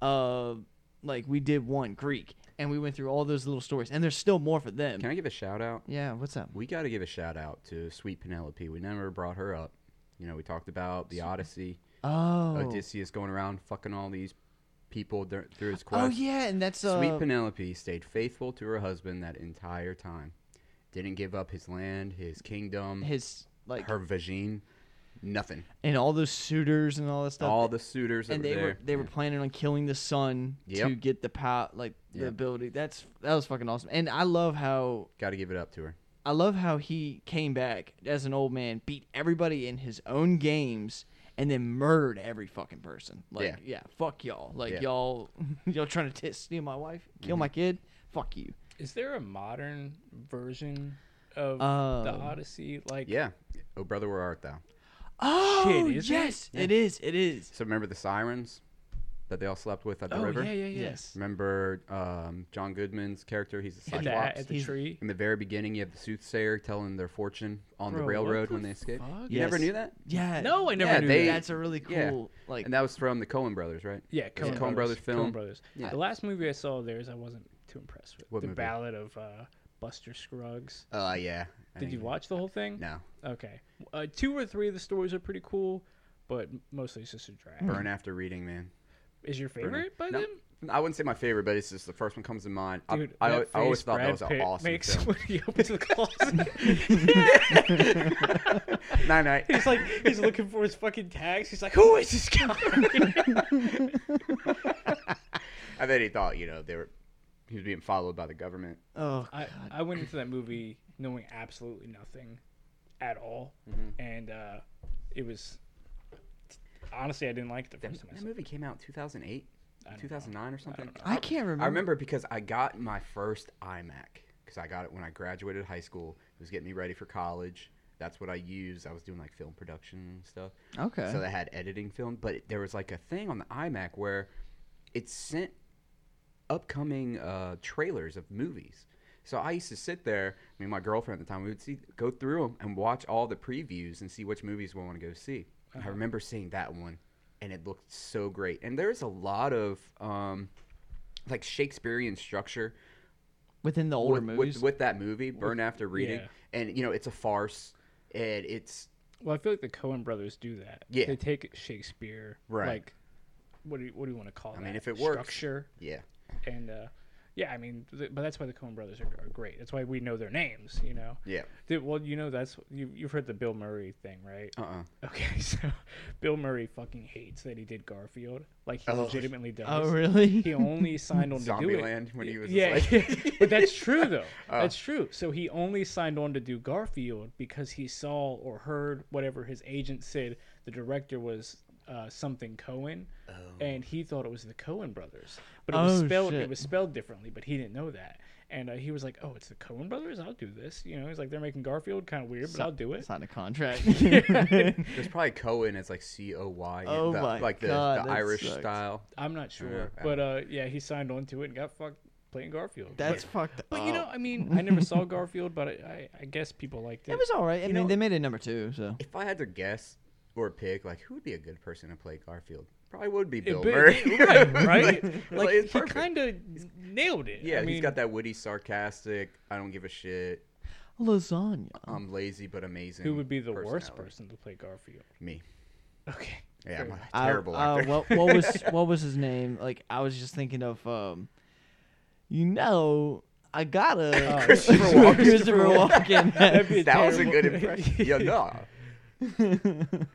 [SPEAKER 1] uh like we did one Greek and we went through all those little stories and there's still more for them.
[SPEAKER 2] Can I give a shout out?
[SPEAKER 1] yeah, what's up?
[SPEAKER 2] We got to give a shout out to Sweet Penelope. We never brought her up. You know, we talked about the Odyssey,
[SPEAKER 1] Oh.
[SPEAKER 2] Odysseus going around fucking all these people dur- through his quest.
[SPEAKER 1] oh yeah, and that's uh
[SPEAKER 2] Sweet Penelope stayed faithful to her husband that entire time. Didn't give up his land, his kingdom,
[SPEAKER 1] his like
[SPEAKER 2] her vagine, nothing.
[SPEAKER 1] and all those suitors and all that stuff.
[SPEAKER 2] All the suitors that
[SPEAKER 1] and
[SPEAKER 2] were
[SPEAKER 1] they
[SPEAKER 2] there.
[SPEAKER 1] were they were planning on killing the son to
[SPEAKER 2] Yep.
[SPEAKER 1] get the power like the
[SPEAKER 2] Yep.
[SPEAKER 1] ability. That's that was fucking awesome. And I love how
[SPEAKER 2] Got to give it up to her.
[SPEAKER 1] I love how he came back as an old man, beat everybody in his own games, and then murdered every fucking person. Like, yeah,
[SPEAKER 2] Yeah.
[SPEAKER 1] fuck y'all. Like
[SPEAKER 2] Yeah. Mm-hmm.
[SPEAKER 1] y'all, y'all trying to t- steal my wife, kill my kid. Fuck you.
[SPEAKER 3] is there a modern version of the
[SPEAKER 1] Um,
[SPEAKER 3] Odyssey? Like,
[SPEAKER 2] Yeah. Oh, brother, where art thou?
[SPEAKER 1] Oh
[SPEAKER 3] is it?
[SPEAKER 1] yes, it is. It is.
[SPEAKER 2] So remember the sirens that they all slept with at the
[SPEAKER 3] Oh
[SPEAKER 2] river?
[SPEAKER 3] yeah, yeah, yeah.
[SPEAKER 1] Yes.
[SPEAKER 2] Remember um, John Goodman's character? He's a
[SPEAKER 3] Hit that
[SPEAKER 2] cyclops.
[SPEAKER 3] at the
[SPEAKER 1] He's-
[SPEAKER 3] tree.
[SPEAKER 2] In the very beginning, you have the soothsayer telling their fortune on
[SPEAKER 3] Bro,
[SPEAKER 2] the
[SPEAKER 3] what
[SPEAKER 2] railroad
[SPEAKER 3] the
[SPEAKER 2] when they escape.
[SPEAKER 3] fuck?
[SPEAKER 2] You never
[SPEAKER 1] Yes.
[SPEAKER 2] knew that?
[SPEAKER 1] Yeah.
[SPEAKER 3] No, I never
[SPEAKER 2] Yeah,
[SPEAKER 3] knew
[SPEAKER 2] they-
[SPEAKER 3] that.
[SPEAKER 1] That's a really cool.
[SPEAKER 2] yeah.
[SPEAKER 1] Like,
[SPEAKER 2] And that was from the Cohen brothers, right?
[SPEAKER 3] Yeah,
[SPEAKER 2] It was
[SPEAKER 3] Coen
[SPEAKER 2] a Coen Brothers film.
[SPEAKER 3] Coen Brothers.
[SPEAKER 2] Yeah.
[SPEAKER 3] The last movie I saw of theirs, I wasn't too impressed with.
[SPEAKER 2] What
[SPEAKER 3] the
[SPEAKER 2] movie?
[SPEAKER 3] Ballad of uh, Buster Scruggs.
[SPEAKER 2] Uh, yeah. I
[SPEAKER 3] Did you
[SPEAKER 2] think-
[SPEAKER 3] watch the whole thing?
[SPEAKER 2] No.
[SPEAKER 3] Okay. Uh, two or three of the stories are pretty cool, but mostly it's just a drag.
[SPEAKER 2] Burn after reading, man.
[SPEAKER 3] Is your
[SPEAKER 2] Burn.
[SPEAKER 3] favorite by
[SPEAKER 2] No,
[SPEAKER 3] them?
[SPEAKER 2] I wouldn't say my favorite, but it's just the first one comes to mind. I-
[SPEAKER 3] Dude,
[SPEAKER 2] I,
[SPEAKER 3] that
[SPEAKER 2] al- I always
[SPEAKER 3] face
[SPEAKER 2] thought
[SPEAKER 3] Brad
[SPEAKER 2] that was an
[SPEAKER 3] Pitt
[SPEAKER 2] awesome
[SPEAKER 3] makes
[SPEAKER 2] film.
[SPEAKER 3] when he opens the closet.
[SPEAKER 2] night night.
[SPEAKER 3] he's like, he's looking for his fucking tags. He's like, who is this guy?
[SPEAKER 2] I bet he thought, you know, they were he was being followed by the government.
[SPEAKER 1] oh,
[SPEAKER 3] I, I went into that movie knowing absolutely nothing at all,
[SPEAKER 2] Mm-hmm.
[SPEAKER 3] and uh, it was honestly I didn't like it the first time. I
[SPEAKER 2] That
[SPEAKER 3] saw it.
[SPEAKER 2] movie came out in 2008, 2009 or something.
[SPEAKER 1] I can't remember.
[SPEAKER 2] I remember because I got my first iMac because I got it when I graduated high school. It was getting me ready for college. That's what I used. I was doing like film production and stuff.
[SPEAKER 1] Okay.
[SPEAKER 2] So they had editing film, but there was like a thing on the iMac where it sent upcoming uh, trailers of movies. So I used to sit there. I mean, my girlfriend at the time, we would see go through them and watch all the previews and see which movies we want to go see. I
[SPEAKER 1] Uh-huh.
[SPEAKER 2] remember seeing that one, and it looked so great. And there's a lot of um, like Shakespearean structure
[SPEAKER 1] within the older
[SPEAKER 2] with, with-
[SPEAKER 1] movies.
[SPEAKER 2] With, that movie, Burn After Reading,
[SPEAKER 3] yeah.
[SPEAKER 2] and you know it's a farce, and it's
[SPEAKER 3] Well, I feel like the Cohen brothers do that.
[SPEAKER 2] Yeah.
[SPEAKER 3] they take Shakespeare,
[SPEAKER 2] Right.
[SPEAKER 3] like what do you, what do you want to call?
[SPEAKER 2] I mean,
[SPEAKER 3] that?
[SPEAKER 2] if it works.
[SPEAKER 3] structure
[SPEAKER 2] yeah.
[SPEAKER 3] and uh, yeah, I mean, th- but that's why the Cohen brothers are, are great. That's why we know their names, you know.
[SPEAKER 2] Yeah.
[SPEAKER 3] Th- well, you know that's you, you've heard the Bill Murray thing, right?
[SPEAKER 2] Uh. uh
[SPEAKER 3] Okay, so Bill Murray fucking hates that he did Garfield. Like he
[SPEAKER 2] Oh.
[SPEAKER 3] legitimately does.
[SPEAKER 1] oh, really?
[SPEAKER 3] He only signed on to do it.
[SPEAKER 2] Zombieland when he was Uh. just
[SPEAKER 3] yeah,
[SPEAKER 2] like-
[SPEAKER 3] but that's true though. That's true. So he only signed on to do Garfield because he saw or heard whatever his agent said the director was uh, something Cohen,
[SPEAKER 2] Oh.
[SPEAKER 3] and he thought it was the Cohen brothers, but it was
[SPEAKER 1] Oh,
[SPEAKER 3] spelled
[SPEAKER 1] shit.
[SPEAKER 3] it was spelled differently, but he didn't know that. And uh, he was like, "Oh, it's the Cohen brothers. I'll do this." You know, he's like, "They're making Garfield kind of weird, but I'll do it."
[SPEAKER 1] Sign a contract.
[SPEAKER 2] There's probably Cohen. It's like C O Y.
[SPEAKER 1] Oh
[SPEAKER 2] the-
[SPEAKER 1] my
[SPEAKER 2] Like the,
[SPEAKER 1] God,
[SPEAKER 2] the
[SPEAKER 1] that
[SPEAKER 2] Irish
[SPEAKER 1] sucks.
[SPEAKER 2] style.
[SPEAKER 3] I'm not sure,
[SPEAKER 2] Yeah.
[SPEAKER 3] but uh, yeah, he signed on to it and got fucked playing Garfield.
[SPEAKER 1] That's
[SPEAKER 3] but,
[SPEAKER 1] fucked up.
[SPEAKER 3] but you know, I mean, I never saw Garfield, but I, I, I guess people liked it.
[SPEAKER 1] it was all right. I mean,
[SPEAKER 2] know-
[SPEAKER 1] they made it number two, so
[SPEAKER 2] If I had to guess or pick, like who would be a good person to play Garfield? Probably would be Bill
[SPEAKER 3] But-
[SPEAKER 2] Murray.
[SPEAKER 3] right? right?
[SPEAKER 2] Like,
[SPEAKER 3] like,
[SPEAKER 2] like,
[SPEAKER 3] he
[SPEAKER 2] it's perfect.
[SPEAKER 3] kind of nailed it.
[SPEAKER 2] yeah,
[SPEAKER 3] I mean,
[SPEAKER 2] he's got that witty, sarcastic. I don't give a shit.
[SPEAKER 1] lasagna.
[SPEAKER 2] I'm lazy but amazing.
[SPEAKER 3] Who would be the worst
[SPEAKER 2] personality.
[SPEAKER 3] person to play Garfield?
[SPEAKER 2] Me.
[SPEAKER 3] Okay.
[SPEAKER 2] Yeah,
[SPEAKER 3] fair
[SPEAKER 2] I'm
[SPEAKER 3] enough.
[SPEAKER 2] a
[SPEAKER 1] I-
[SPEAKER 2] terrible
[SPEAKER 1] uh,
[SPEAKER 2] actor.
[SPEAKER 1] what, what was what was his name? Like I was just thinking of, um, you know, I gotta
[SPEAKER 2] Christopher Walken.
[SPEAKER 1] Christopher
[SPEAKER 3] That'd
[SPEAKER 1] Walken.
[SPEAKER 3] be a
[SPEAKER 2] that was a
[SPEAKER 3] terrible-
[SPEAKER 2] good impression. yeah, no.
[SPEAKER 3] All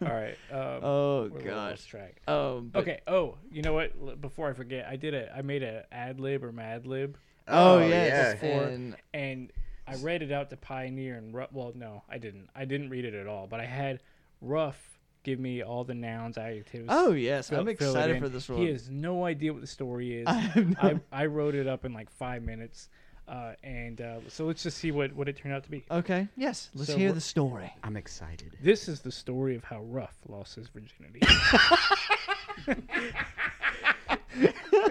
[SPEAKER 3] right. Um,
[SPEAKER 1] oh
[SPEAKER 3] we're a little off
[SPEAKER 1] gosh.
[SPEAKER 3] track.
[SPEAKER 1] Um, but-
[SPEAKER 3] Okay. Oh, you know what? L- Before I forget, I did a I made a ad lib or mad lib,
[SPEAKER 1] Oh,
[SPEAKER 2] yeah.
[SPEAKER 1] yes.
[SPEAKER 3] yeah.
[SPEAKER 1] And
[SPEAKER 3] and I read it out to Pioneer and Ru- well, no, I didn't. I didn't read it at all, but I had Ruff give me all the nouns, adjectives.
[SPEAKER 1] oh yes, I'm
[SPEAKER 3] fill- fill it
[SPEAKER 1] excited
[SPEAKER 3] in.
[SPEAKER 1] for this
[SPEAKER 3] He
[SPEAKER 1] one.
[SPEAKER 3] has no idea what the story is.
[SPEAKER 1] I have no-
[SPEAKER 3] I, I wrote it up in like five minutes, uh, and uh, so let's just see what what it turned out to be.
[SPEAKER 1] Okay. Yes. Let's
[SPEAKER 3] So
[SPEAKER 1] hear
[SPEAKER 3] we're-
[SPEAKER 1] the story.
[SPEAKER 2] I'm excited.
[SPEAKER 3] This is the story of how Ruff lost his virginity.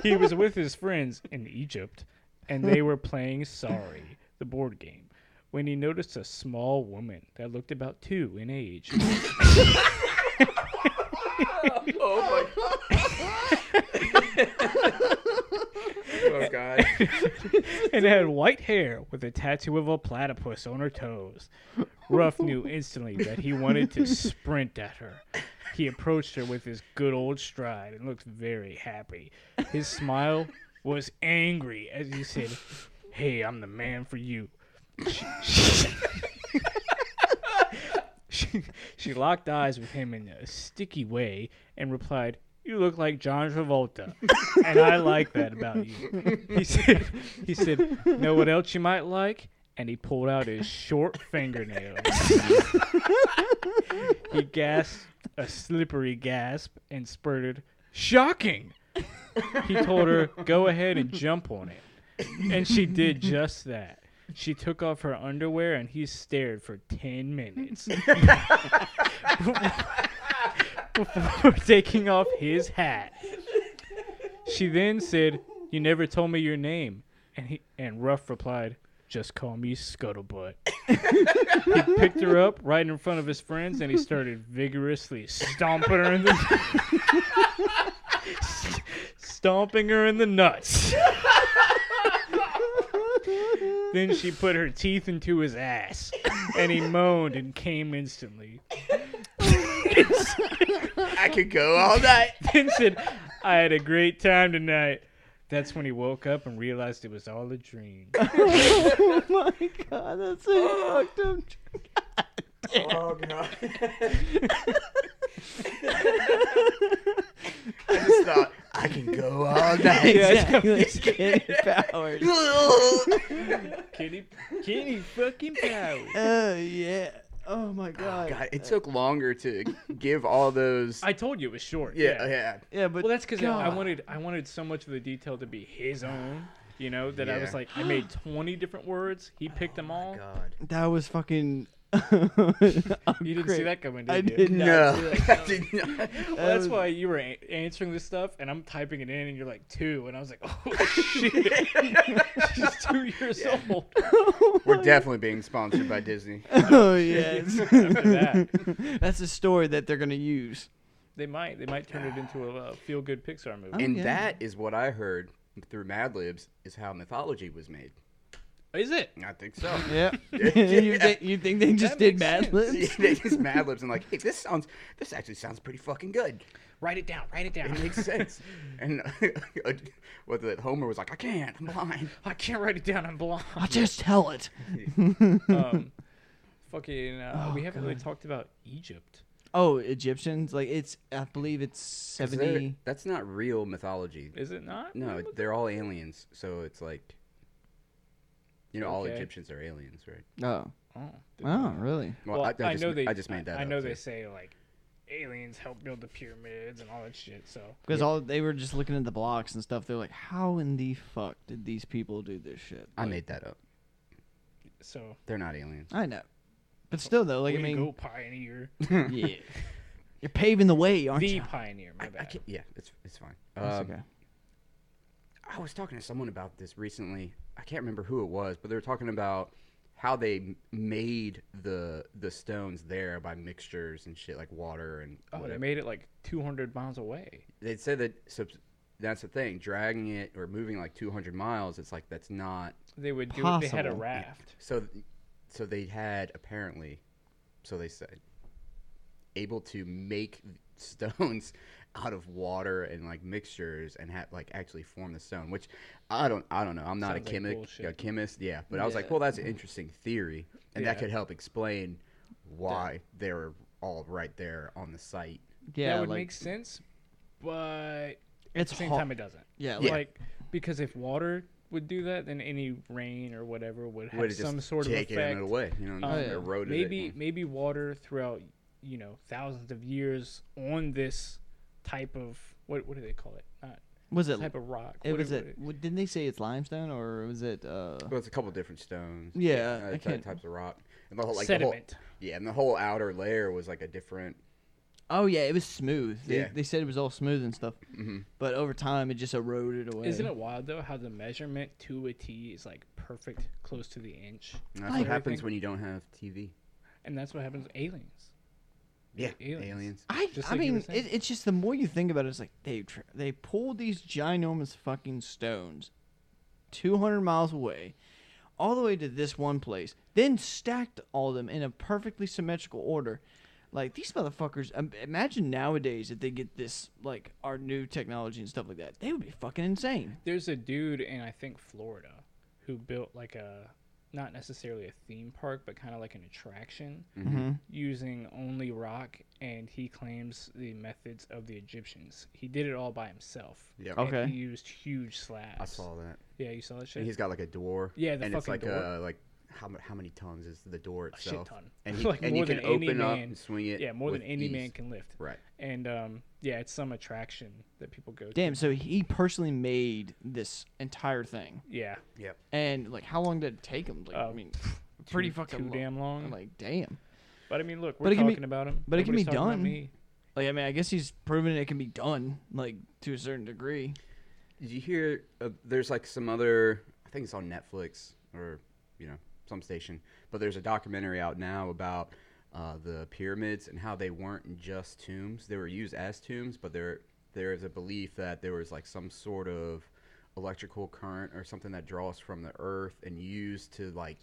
[SPEAKER 3] he was with his friends in Egypt, and they were playing Sorry, the board game, when he noticed a small woman that looked about two in age.
[SPEAKER 2] Oh my god. oh god.
[SPEAKER 3] and had white hair with a tattoo of a platypus on her toes. Ruff knew instantly that he wanted to sprint at her. He approached her with his good old stride and looked very happy. His smile was angry as he said, Hey, I'm the man for you. She, she locked eyes with him in a sticky way and replied, "You look like John Travolta, and I like that about you." He said, "He said, know what else you might like?" And he pulled out his short fingernails. he gasped a slippery gasp and spurted, "Shocking!" He told her, "Go ahead and jump on it." and she did just that. She took off her underwear and he stared for 10 minutes before taking off his hat. She then said, "You never told me your name." And he and Ruff replied, "Just call me Scuttlebutt." he picked her up right in front of his friends and he started vigorously stomping her in the stomping her in the nuts.
[SPEAKER 1] Oh
[SPEAKER 3] Then she put her teeth into his ass, and he moaned and came instantly.
[SPEAKER 2] I could go all night.
[SPEAKER 3] and said, I had a great time tonight. That's when he woke up and realized it was all a dream.
[SPEAKER 1] oh my god, that's so fucked up.
[SPEAKER 2] Oh god. I just thought I can go all night.
[SPEAKER 1] Exactly. Kid Powers.
[SPEAKER 3] Kitty, Kitty fucking powers.
[SPEAKER 1] Oh yeah. Oh my god.
[SPEAKER 2] God, it took longer to give all those.
[SPEAKER 3] I told you it was short.
[SPEAKER 2] yeah, yeah.
[SPEAKER 1] Yeah, but
[SPEAKER 3] Well, that's because I
[SPEAKER 1] God.
[SPEAKER 3] wanted I wanted so much of the detail to be his own. You know that I
[SPEAKER 2] Yeah.
[SPEAKER 3] was
[SPEAKER 2] Oh
[SPEAKER 3] like I made twenty different words. He picked them all.
[SPEAKER 2] God.
[SPEAKER 1] that was fucking.
[SPEAKER 3] You didn't see that coming, did
[SPEAKER 1] I
[SPEAKER 3] you?
[SPEAKER 1] did not.
[SPEAKER 2] No.
[SPEAKER 1] See
[SPEAKER 2] I
[SPEAKER 1] that coming.
[SPEAKER 2] did not.
[SPEAKER 3] Well, that's
[SPEAKER 1] Um,
[SPEAKER 3] why you were a- answering this stuff, and I'm typing it in, and you're like two, and I was like, oh shit, she's two years old.
[SPEAKER 2] We're definitely being sponsored by Disney.
[SPEAKER 1] oh yes.
[SPEAKER 3] After that,
[SPEAKER 1] that's a story that they're gonna use.
[SPEAKER 3] They might. They might turn it into a, feel good Pixar movie.
[SPEAKER 2] And
[SPEAKER 1] yeah.
[SPEAKER 2] that is what I heard through Mad Libs is how mythology was made.
[SPEAKER 3] Is it?
[SPEAKER 2] I think so.
[SPEAKER 1] Yeah. you, thi- you think they just did
[SPEAKER 3] makes
[SPEAKER 1] Mad
[SPEAKER 3] sense.
[SPEAKER 1] Libs?
[SPEAKER 2] they use Mad Libs and like, hey, this sounds, this actually sounds pretty fucking good.
[SPEAKER 3] Write it down. Write it
[SPEAKER 2] It
[SPEAKER 3] down.
[SPEAKER 2] makes sense. And uh, what the Homer was like, I can't, I'm blind.
[SPEAKER 3] I can't write it down. I'm blind.
[SPEAKER 1] I'll just tell it.
[SPEAKER 3] um, fucking. Uh, we haven't really talked about Egypt.
[SPEAKER 1] Oh, Egyptians! Like it's, I believe it's seventy.
[SPEAKER 2] That's not real mythology.
[SPEAKER 3] Is it not?
[SPEAKER 2] No, they're all aliens. So it's like, you know, all
[SPEAKER 3] Okay.
[SPEAKER 2] Egyptians are aliens, right?
[SPEAKER 1] Oh,
[SPEAKER 3] Oh.
[SPEAKER 1] oh, really?
[SPEAKER 3] Well, I,
[SPEAKER 2] just,
[SPEAKER 3] know they.
[SPEAKER 2] I just made that.
[SPEAKER 3] I
[SPEAKER 2] up,
[SPEAKER 3] know
[SPEAKER 2] too.
[SPEAKER 3] they say like aliens helped build the pyramids and all that shit. So
[SPEAKER 1] Because all they were just looking at the blocks and stuff. They're like, "How in the fuck did these people do this shit?"
[SPEAKER 2] I
[SPEAKER 1] Like,
[SPEAKER 2] made that up.
[SPEAKER 3] so
[SPEAKER 2] They're not aliens.
[SPEAKER 1] I know, but still though, like
[SPEAKER 3] we
[SPEAKER 1] I
[SPEAKER 3] go
[SPEAKER 1] mean,
[SPEAKER 3] pioneer,
[SPEAKER 1] yeah, you're paving the way, aren't
[SPEAKER 3] the
[SPEAKER 1] you?
[SPEAKER 3] pioneer. My
[SPEAKER 2] I, I
[SPEAKER 3] bad.
[SPEAKER 2] can't, yeah, it's it's fine.
[SPEAKER 1] That's
[SPEAKER 2] Um,
[SPEAKER 1] okay.
[SPEAKER 2] I was talking to someone about this recently. I can't remember who it was, but they were talking about how they m- made the the stones there by mixtures and shit like water and
[SPEAKER 3] oh, they
[SPEAKER 2] whatever.
[SPEAKER 3] made it like 200 miles away.
[SPEAKER 2] They said that so that's the thing, dragging it or moving like 200 miles. It's like that's not
[SPEAKER 3] They would do it. They had a
[SPEAKER 1] Possible.
[SPEAKER 3] raft.
[SPEAKER 2] so. th- So they had apparently, so they said, able to make stones out of water and like mixtures and have like actually form the stone. Which I don't, I don't know. I'm not
[SPEAKER 3] Sounds
[SPEAKER 2] a
[SPEAKER 3] like
[SPEAKER 2] chemic, a
[SPEAKER 3] bullshit.
[SPEAKER 2] chemist. Yeah, but I was like,
[SPEAKER 1] Yeah.
[SPEAKER 2] well, that's an interesting theory, and that
[SPEAKER 3] Yeah.
[SPEAKER 2] could help explain why they were all right there on the site.
[SPEAKER 1] Yeah,
[SPEAKER 3] that would
[SPEAKER 1] like,
[SPEAKER 3] make sense, but at
[SPEAKER 1] it's
[SPEAKER 3] the same
[SPEAKER 1] hard.
[SPEAKER 3] time, it doesn't.
[SPEAKER 1] yeah, like,
[SPEAKER 3] Like because if water would do that, then any rain or whatever would have
[SPEAKER 2] Would have
[SPEAKER 3] some
[SPEAKER 2] just
[SPEAKER 3] sort of
[SPEAKER 2] taken
[SPEAKER 3] effect.
[SPEAKER 2] it away, you know, and
[SPEAKER 1] Oh,
[SPEAKER 2] just
[SPEAKER 1] yeah.
[SPEAKER 2] eroded it
[SPEAKER 3] maybe
[SPEAKER 2] and-
[SPEAKER 3] maybe water throughout you know thousands of years on this type of what what do they call it? Not
[SPEAKER 1] was it?
[SPEAKER 3] type of rock.
[SPEAKER 1] It
[SPEAKER 3] What
[SPEAKER 1] was
[SPEAKER 3] do-
[SPEAKER 1] it. what- Didn't they say it's limestone or was it? Uh,
[SPEAKER 2] Well, it's a couple different stones.
[SPEAKER 1] Yeah, I
[SPEAKER 2] uh, ty-
[SPEAKER 1] can't-
[SPEAKER 2] types of rock. And the whole, like, the whole-
[SPEAKER 3] sediment.
[SPEAKER 2] yeah, and the whole outer layer was like a different.
[SPEAKER 1] oh yeah, Mm-hmm. it was smooth. They,
[SPEAKER 2] Yeah.
[SPEAKER 1] they said it was all smooth and stuff,
[SPEAKER 2] Mhm.
[SPEAKER 1] but over time it just eroded away.
[SPEAKER 3] Isn't it wild though how the measurement to a T is like perfect, close to the inch,
[SPEAKER 1] Like-
[SPEAKER 2] And that's what happens
[SPEAKER 3] Everything.
[SPEAKER 2] when you don't have TV.
[SPEAKER 3] and that's what happens with aliens.
[SPEAKER 2] Yeah,
[SPEAKER 3] aliens.
[SPEAKER 2] aliens.
[SPEAKER 1] I,
[SPEAKER 3] Just
[SPEAKER 1] I
[SPEAKER 3] like you were
[SPEAKER 1] mean,
[SPEAKER 3] saying.
[SPEAKER 1] it, it's just the more you think about it, it's like they tr- they pulled these ginormous fucking stones, two hundred miles away, all the way to this one place, then stacked all of them in a perfectly symmetrical order. Like these motherfuckers. Um, imagine nowadays if they get this like our new technology and stuff like that, they would be fucking insane.
[SPEAKER 3] There's a dude in I think Florida who built like a not necessarily a theme park, but kind of like an attraction
[SPEAKER 2] Mm-hmm.
[SPEAKER 1] Mm-hmm.
[SPEAKER 3] using only rock, and he claims the methods of the Egyptians. He did it all by himself.
[SPEAKER 2] Yeah,
[SPEAKER 1] Oh.
[SPEAKER 3] And
[SPEAKER 1] Okay.
[SPEAKER 3] he used huge slabs.
[SPEAKER 2] I saw that.
[SPEAKER 3] Yeah, you saw that shit.
[SPEAKER 2] And he's got like a door.
[SPEAKER 3] Yeah, the
[SPEAKER 2] and it's
[SPEAKER 3] fucking
[SPEAKER 2] like
[SPEAKER 3] door.
[SPEAKER 2] a like how mu- how many tons is the door
[SPEAKER 3] shit
[SPEAKER 2] itself?
[SPEAKER 3] ton.
[SPEAKER 2] And, he,
[SPEAKER 3] Like,
[SPEAKER 2] and you
[SPEAKER 3] more
[SPEAKER 2] can
[SPEAKER 3] than any
[SPEAKER 2] open up
[SPEAKER 3] man-
[SPEAKER 2] and swing it.
[SPEAKER 3] yeah, more than
[SPEAKER 2] with
[SPEAKER 3] any
[SPEAKER 2] ease.
[SPEAKER 3] man can lift.
[SPEAKER 2] Right.
[SPEAKER 3] And um, yeah, it's some attraction that people go. to.
[SPEAKER 1] Damn. So he personally made this entire thing,
[SPEAKER 3] Yeah,
[SPEAKER 2] Yep.
[SPEAKER 1] and like how long did it take him? Like I
[SPEAKER 3] Uh,
[SPEAKER 1] mean, pretty
[SPEAKER 3] too-
[SPEAKER 1] fucking
[SPEAKER 3] too
[SPEAKER 1] long.
[SPEAKER 3] damn long.
[SPEAKER 1] Like damn.
[SPEAKER 3] but I mean, look,
[SPEAKER 1] But
[SPEAKER 3] we're
[SPEAKER 1] it can be-
[SPEAKER 3] talking about him.
[SPEAKER 1] but it can be
[SPEAKER 3] Nobody's talking about
[SPEAKER 1] done.
[SPEAKER 3] me.
[SPEAKER 1] Like I mean, I guess he's proven it can be done, like to a certain degree.
[SPEAKER 2] Did you hear? Uh, there's like some other. I think it's on Netflix or you know some station, but there's a documentary out now about uh, the pyramids and how they weren't just tombs. They were used as tombs, but there there is a belief that there was like some sort of electrical current or something that draws from the earth and used to like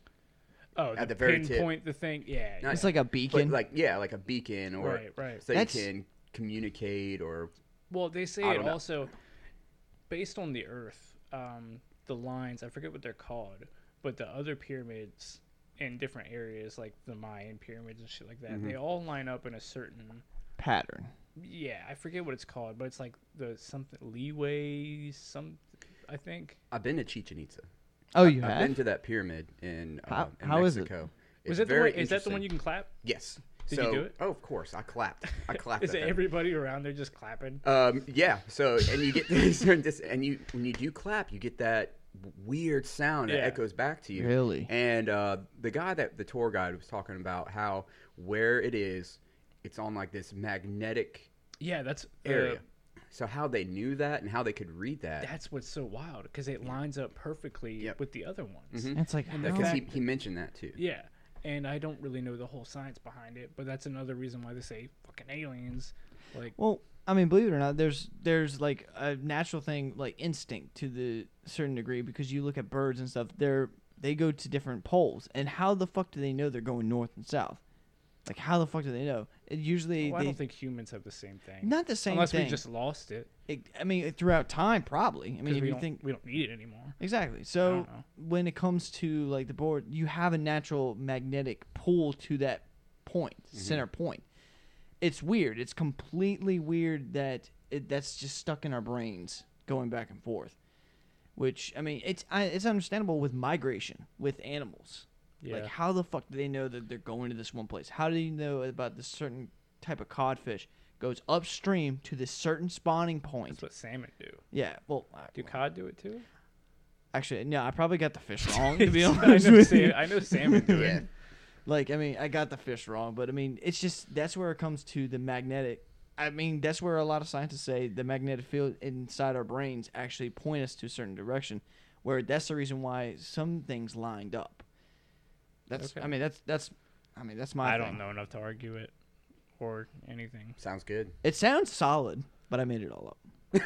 [SPEAKER 3] Oh,
[SPEAKER 2] At
[SPEAKER 3] the
[SPEAKER 2] the very tip.
[SPEAKER 3] pinpoint the thing. Yeah,
[SPEAKER 2] Not-
[SPEAKER 1] It's like a
[SPEAKER 2] but
[SPEAKER 1] beacon.
[SPEAKER 2] like yeah like a beacon or
[SPEAKER 3] Right, right.
[SPEAKER 2] so
[SPEAKER 1] That's-
[SPEAKER 2] you can communicate or
[SPEAKER 3] Well, they say
[SPEAKER 2] I
[SPEAKER 3] it
[SPEAKER 2] don't know.
[SPEAKER 3] also based on the Earth, um, the lines. I forget what they're called, but the other pyramids in different areas, like the Mayan pyramids and shit like that,
[SPEAKER 2] Mm-hmm.
[SPEAKER 3] they all line up in a certain.
[SPEAKER 1] pattern.
[SPEAKER 3] Yeah, I forget what it's called, but it's like the something leeway. Some, I think.
[SPEAKER 2] I've been to Chichen Itza.
[SPEAKER 1] Oh, you
[SPEAKER 2] I've
[SPEAKER 1] have?
[SPEAKER 2] been to that pyramid in, uh,
[SPEAKER 1] How-
[SPEAKER 2] in
[SPEAKER 1] how is it?
[SPEAKER 2] Mexico. It's
[SPEAKER 3] Was that the
[SPEAKER 2] very
[SPEAKER 3] one? Is that the one
[SPEAKER 2] interesting.
[SPEAKER 3] you can clap?
[SPEAKER 2] Yes.
[SPEAKER 3] Did you
[SPEAKER 2] so,
[SPEAKER 3] do it?
[SPEAKER 2] Oh, of course. I clapped. I clapped.
[SPEAKER 3] Is
[SPEAKER 2] at
[SPEAKER 3] it
[SPEAKER 2] that.
[SPEAKER 3] everybody around there just clapping?
[SPEAKER 2] Um, yeah. So, and you get this, and you when you do clap, you get that weird sound that
[SPEAKER 3] Yeah.
[SPEAKER 2] echoes back to you.
[SPEAKER 1] Really?
[SPEAKER 2] And uh, the guy that the tour guide was talking about how where it is, it's on like this magnetic
[SPEAKER 3] Yeah, that's uh, the-
[SPEAKER 2] area. so how they knew that and how they could read that
[SPEAKER 3] That's what's so wild because it lines up perfectly
[SPEAKER 2] Yep. Mm-hmm.
[SPEAKER 3] with the other ones.
[SPEAKER 1] It's like
[SPEAKER 3] And
[SPEAKER 1] how-
[SPEAKER 3] that
[SPEAKER 2] because he,
[SPEAKER 3] fact-
[SPEAKER 2] he mentioned that too.
[SPEAKER 3] Yeah, and I don't really know the whole science behind it, but that's another reason why they say fucking aliens. Like,
[SPEAKER 1] well, I mean, believe it or not, there's there's like a natural thing, like instinct to the certain degree, because you look at birds and stuff. They're they go to different poles, and how the fuck do they know they're going north and south? Like how the fuck do they know? It usually
[SPEAKER 3] well, oh, I
[SPEAKER 1] they
[SPEAKER 3] don't think humans have the same thing.
[SPEAKER 1] not the same
[SPEAKER 3] unless
[SPEAKER 1] thing.
[SPEAKER 3] we just lost it.
[SPEAKER 1] It- I mean, throughout time, probably. I mean,
[SPEAKER 3] 'cause
[SPEAKER 1] if
[SPEAKER 3] we
[SPEAKER 1] you
[SPEAKER 3] don't,
[SPEAKER 1] think
[SPEAKER 3] we don't need it anymore.
[SPEAKER 1] Exactly. So
[SPEAKER 3] don't know.
[SPEAKER 1] when it comes to like the board, you have a natural magnetic pull to that point,
[SPEAKER 3] Mm-hmm.
[SPEAKER 1] center point. It's weird. It's completely weird that it, that's just stuck in our brains going back and forth. Which I mean, it's I, it's understandable with migration with animals.
[SPEAKER 3] Yeah.
[SPEAKER 1] Like how the fuck do they know that they're going to this one place? How do you know about this certain type of codfish goes upstream to this certain spawning point.
[SPEAKER 3] That's what salmon do.
[SPEAKER 1] Yeah, well, I-
[SPEAKER 3] Do cod do it too?
[SPEAKER 1] actually, no, I probably got the fish wrong to be
[SPEAKER 3] I,
[SPEAKER 1] honest
[SPEAKER 3] know
[SPEAKER 1] with
[SPEAKER 3] sa-
[SPEAKER 1] you.
[SPEAKER 3] I know salmon do
[SPEAKER 2] Yeah.
[SPEAKER 3] it.
[SPEAKER 1] Like, I mean, I got the fish wrong, but I mean, it's just that's where it comes to the magnetic. I mean, that's where a lot of scientists say the magnetic field inside our brains actually point us to a certain direction, where that's the reason why some things lined up. That's,
[SPEAKER 3] Okay.
[SPEAKER 1] I mean, that's that's, I mean, that's my.
[SPEAKER 3] I
[SPEAKER 1] thing.
[SPEAKER 3] don't know enough to argue it or anything.
[SPEAKER 2] Sounds good.
[SPEAKER 1] It sounds solid, but I made it all up.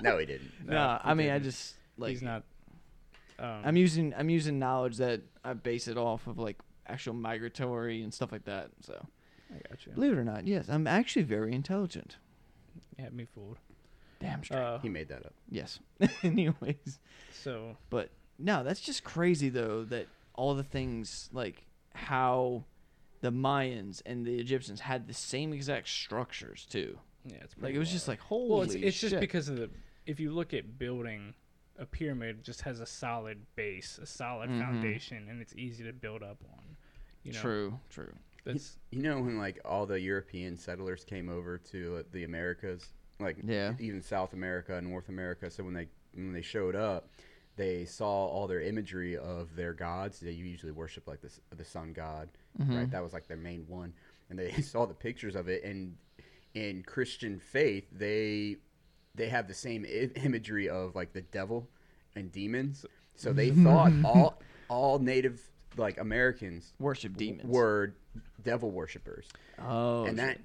[SPEAKER 2] No, he didn't.
[SPEAKER 1] No, I mean, I just like
[SPEAKER 3] He's not. Um,
[SPEAKER 1] I'm using I'm using knowledge that I base it off of like actual migratory and stuff like that. So
[SPEAKER 3] I got you.
[SPEAKER 1] believe it or not, yes, I'm actually very intelligent.
[SPEAKER 3] You had me fooled.
[SPEAKER 1] Damn straight.
[SPEAKER 3] Uh,
[SPEAKER 2] He made that up.
[SPEAKER 1] yes. Anyways,
[SPEAKER 3] so
[SPEAKER 1] but no, that's just crazy though that all the things like how the Mayans and the Egyptians had the same exact structures too.
[SPEAKER 3] yeah, it's
[SPEAKER 1] Like
[SPEAKER 3] pretty
[SPEAKER 1] it was
[SPEAKER 3] wild.
[SPEAKER 1] just like holy
[SPEAKER 3] well, it's, it's
[SPEAKER 1] shit.
[SPEAKER 3] just because of the. If you look at building a pyramid, it just has a solid base, a solid
[SPEAKER 1] Mhm.
[SPEAKER 3] foundation, and it's easy to build up on. You know,
[SPEAKER 1] true, true.
[SPEAKER 3] That's
[SPEAKER 2] You know when like all the European settlers came over to uh, the Americas, like
[SPEAKER 1] Yeah.
[SPEAKER 2] even South America, and North America. So when they when they showed up, they saw all their imagery of their gods. They usually worship like the s- the sun god, right? That was like their main one, and they saw the pictures of it. And in Christian faith, they they have the same I- imagery of like the devil and demons. So they thought all all native like Americans
[SPEAKER 1] Worship demons.
[SPEAKER 2] were devil worshippers.
[SPEAKER 1] Oh,
[SPEAKER 2] and that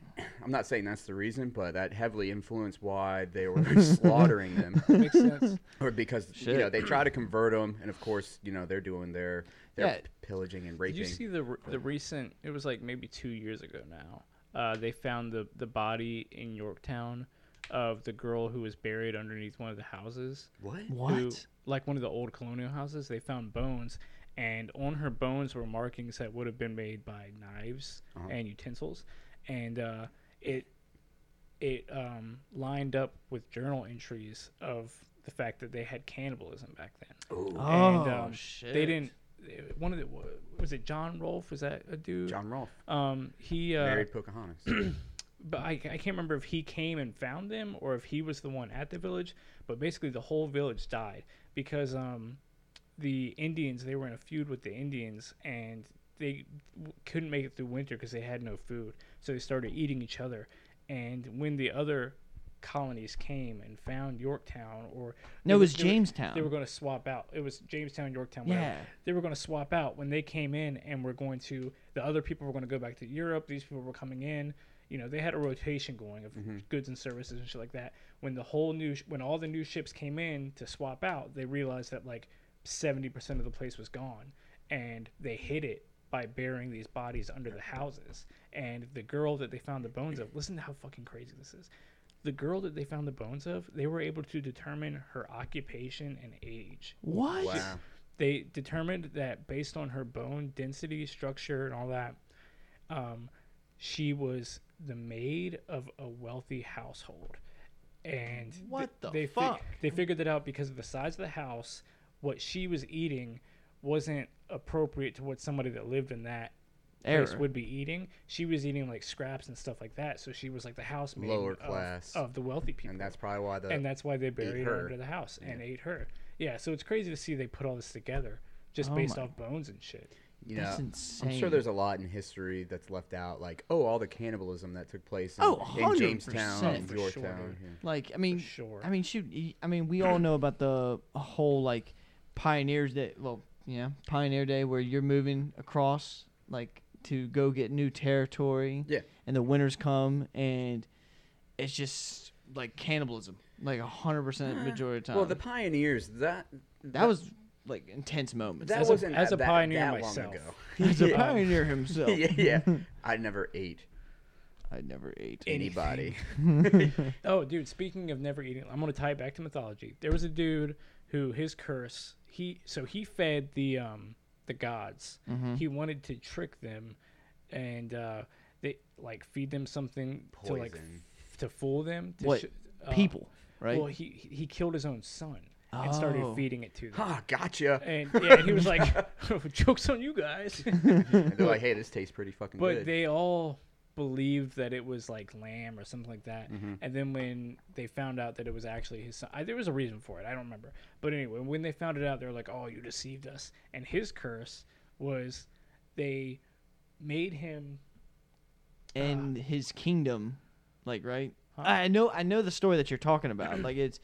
[SPEAKER 2] I'm not saying that's the reason, but that heavily influenced why they were slaughtering them,
[SPEAKER 3] makes sense.
[SPEAKER 2] or because you
[SPEAKER 1] Shit.
[SPEAKER 2] know they try to convert them, and of course you know they're doing their their
[SPEAKER 1] Yeah.
[SPEAKER 2] p- pillaging and
[SPEAKER 3] Did you
[SPEAKER 2] raping.
[SPEAKER 3] see the re- the recent? It was like maybe two years ago now. Uh, they found the the body in Yorktown of the girl who was buried underneath one of the houses.
[SPEAKER 2] what?
[SPEAKER 1] what?
[SPEAKER 3] who- like one of the old colonial houses, they found bones, and on her bones were markings that would have been made by knives
[SPEAKER 1] Uh-huh.
[SPEAKER 3] and utensils, and uh, it it um, lined up with journal entries of the fact that they had cannibalism back then.
[SPEAKER 1] Oh
[SPEAKER 3] and, um,
[SPEAKER 1] shit.
[SPEAKER 3] They didn't. it- One of the wa- was it John Rolfe? Was that a dude?
[SPEAKER 2] John Rolfe
[SPEAKER 3] Um, he uh,
[SPEAKER 2] married Pocahontas.
[SPEAKER 3] but I, I can't remember if he came and found them or if he was the one at the village. But basically, the whole village died because um, the Indians they were in a feud with the Indians and they w- couldn't make it through winter because they had no food, so they started eating each other. And when the other colonies came and found Yorktown or
[SPEAKER 1] No,
[SPEAKER 3] they
[SPEAKER 1] it
[SPEAKER 3] were-
[SPEAKER 1] was
[SPEAKER 3] they were-
[SPEAKER 1] Jamestown.
[SPEAKER 3] they were going to swap out. It was Jamestown, Yorktown, whatever.
[SPEAKER 1] Yeah.
[SPEAKER 3] They were going to swap out when they came in, and we're going to the other people were going to go back to Europe. These people were coming in. You know, they had a rotation going of goods and services and shit like that. When the whole new, sh- when all the new ships came in to swap out, they realized that like seventy percent of the place was gone, and they hid it by burying these bodies under the houses. And the girl that they found the bones of, listen to how fucking crazy this is. The girl that they found the bones of, they were able to determine her occupation and age.
[SPEAKER 1] What?
[SPEAKER 2] wow.
[SPEAKER 3] They determined that based on her bone density, structure, and all that, um, she was the maid of a wealthy household. And th-
[SPEAKER 1] What the
[SPEAKER 3] they fi-
[SPEAKER 1] fuck?
[SPEAKER 3] they figured that out because of the size of the house. What she was eating wasn't appropriate to what somebody that lived in that place
[SPEAKER 1] Era.
[SPEAKER 3] would be eating. She was eating like scraps and stuff like that. So she was like the house maid
[SPEAKER 2] Lower
[SPEAKER 3] of-
[SPEAKER 2] class.
[SPEAKER 3] of, the wealthy people
[SPEAKER 2] And that's probably why the
[SPEAKER 3] and that's why they buried her.
[SPEAKER 2] her.
[SPEAKER 3] under the house and ate her. Yeah, so it's crazy to see they put all this together just
[SPEAKER 1] Oh
[SPEAKER 3] based
[SPEAKER 1] my-
[SPEAKER 3] off bones and shit.
[SPEAKER 2] you
[SPEAKER 1] That's
[SPEAKER 2] know, I'm
[SPEAKER 1] insane.
[SPEAKER 2] sure there's a lot in history that's left out, like oh, all the cannibalism that took place in,
[SPEAKER 1] Oh,
[SPEAKER 2] in Jamestown,
[SPEAKER 1] 100%.
[SPEAKER 2] and
[SPEAKER 3] For sure,
[SPEAKER 2] Yorktown.
[SPEAKER 3] dude.
[SPEAKER 2] yeah.
[SPEAKER 1] Like, I mean,
[SPEAKER 3] sure.
[SPEAKER 1] I mean, shoot, y- I mean, we all know about the whole like pioneers day. Well, yeah, pioneer day where you're moving across like to go get new territory.
[SPEAKER 2] Yeah.
[SPEAKER 1] And the winters come, and it's just like cannibalism, like a hundred percent majority of
[SPEAKER 3] Uh,
[SPEAKER 1] the time.
[SPEAKER 2] Well, the pioneers that
[SPEAKER 1] that was like intense moments.
[SPEAKER 2] that
[SPEAKER 3] As a-
[SPEAKER 2] wasn't
[SPEAKER 3] as a
[SPEAKER 2] that-
[SPEAKER 3] pioneer
[SPEAKER 2] that long
[SPEAKER 3] myself.
[SPEAKER 2] ago.
[SPEAKER 1] He's a
[SPEAKER 2] Yeah.
[SPEAKER 1] pioneer himself.
[SPEAKER 2] yeah, yeah. I never ate
[SPEAKER 1] I never ate.
[SPEAKER 2] anybody.
[SPEAKER 3] Oh, dude, speaking of never eating, I'm going to tie it back to mythology. There was a dude who his curse, he so he fed the um the gods.
[SPEAKER 1] Mm-hmm.
[SPEAKER 3] He wanted to trick them and uh they like feed them something to like
[SPEAKER 2] Poison.
[SPEAKER 3] f- to fool them to
[SPEAKER 1] What?
[SPEAKER 3] sh- uh,
[SPEAKER 1] People, right?
[SPEAKER 3] Well, he he he killed his own son and started
[SPEAKER 1] Oh.
[SPEAKER 3] feeding it to them.
[SPEAKER 2] Ah, gotcha.
[SPEAKER 3] And yeah, he was like, "Jokes on you guys."
[SPEAKER 2] And they're like, hey, this tastes pretty fucking
[SPEAKER 3] But
[SPEAKER 2] good.
[SPEAKER 3] they all believed that it was like lamb or something like that. And then when they found out that it was actually his son, I, there was a reason for it. I don't remember. But anyway, when they found it out, they were like, "Oh, you deceived us." And his curse was they made him
[SPEAKER 1] and his kingdom, like right. I know, I know the story that you're talking about. like it's,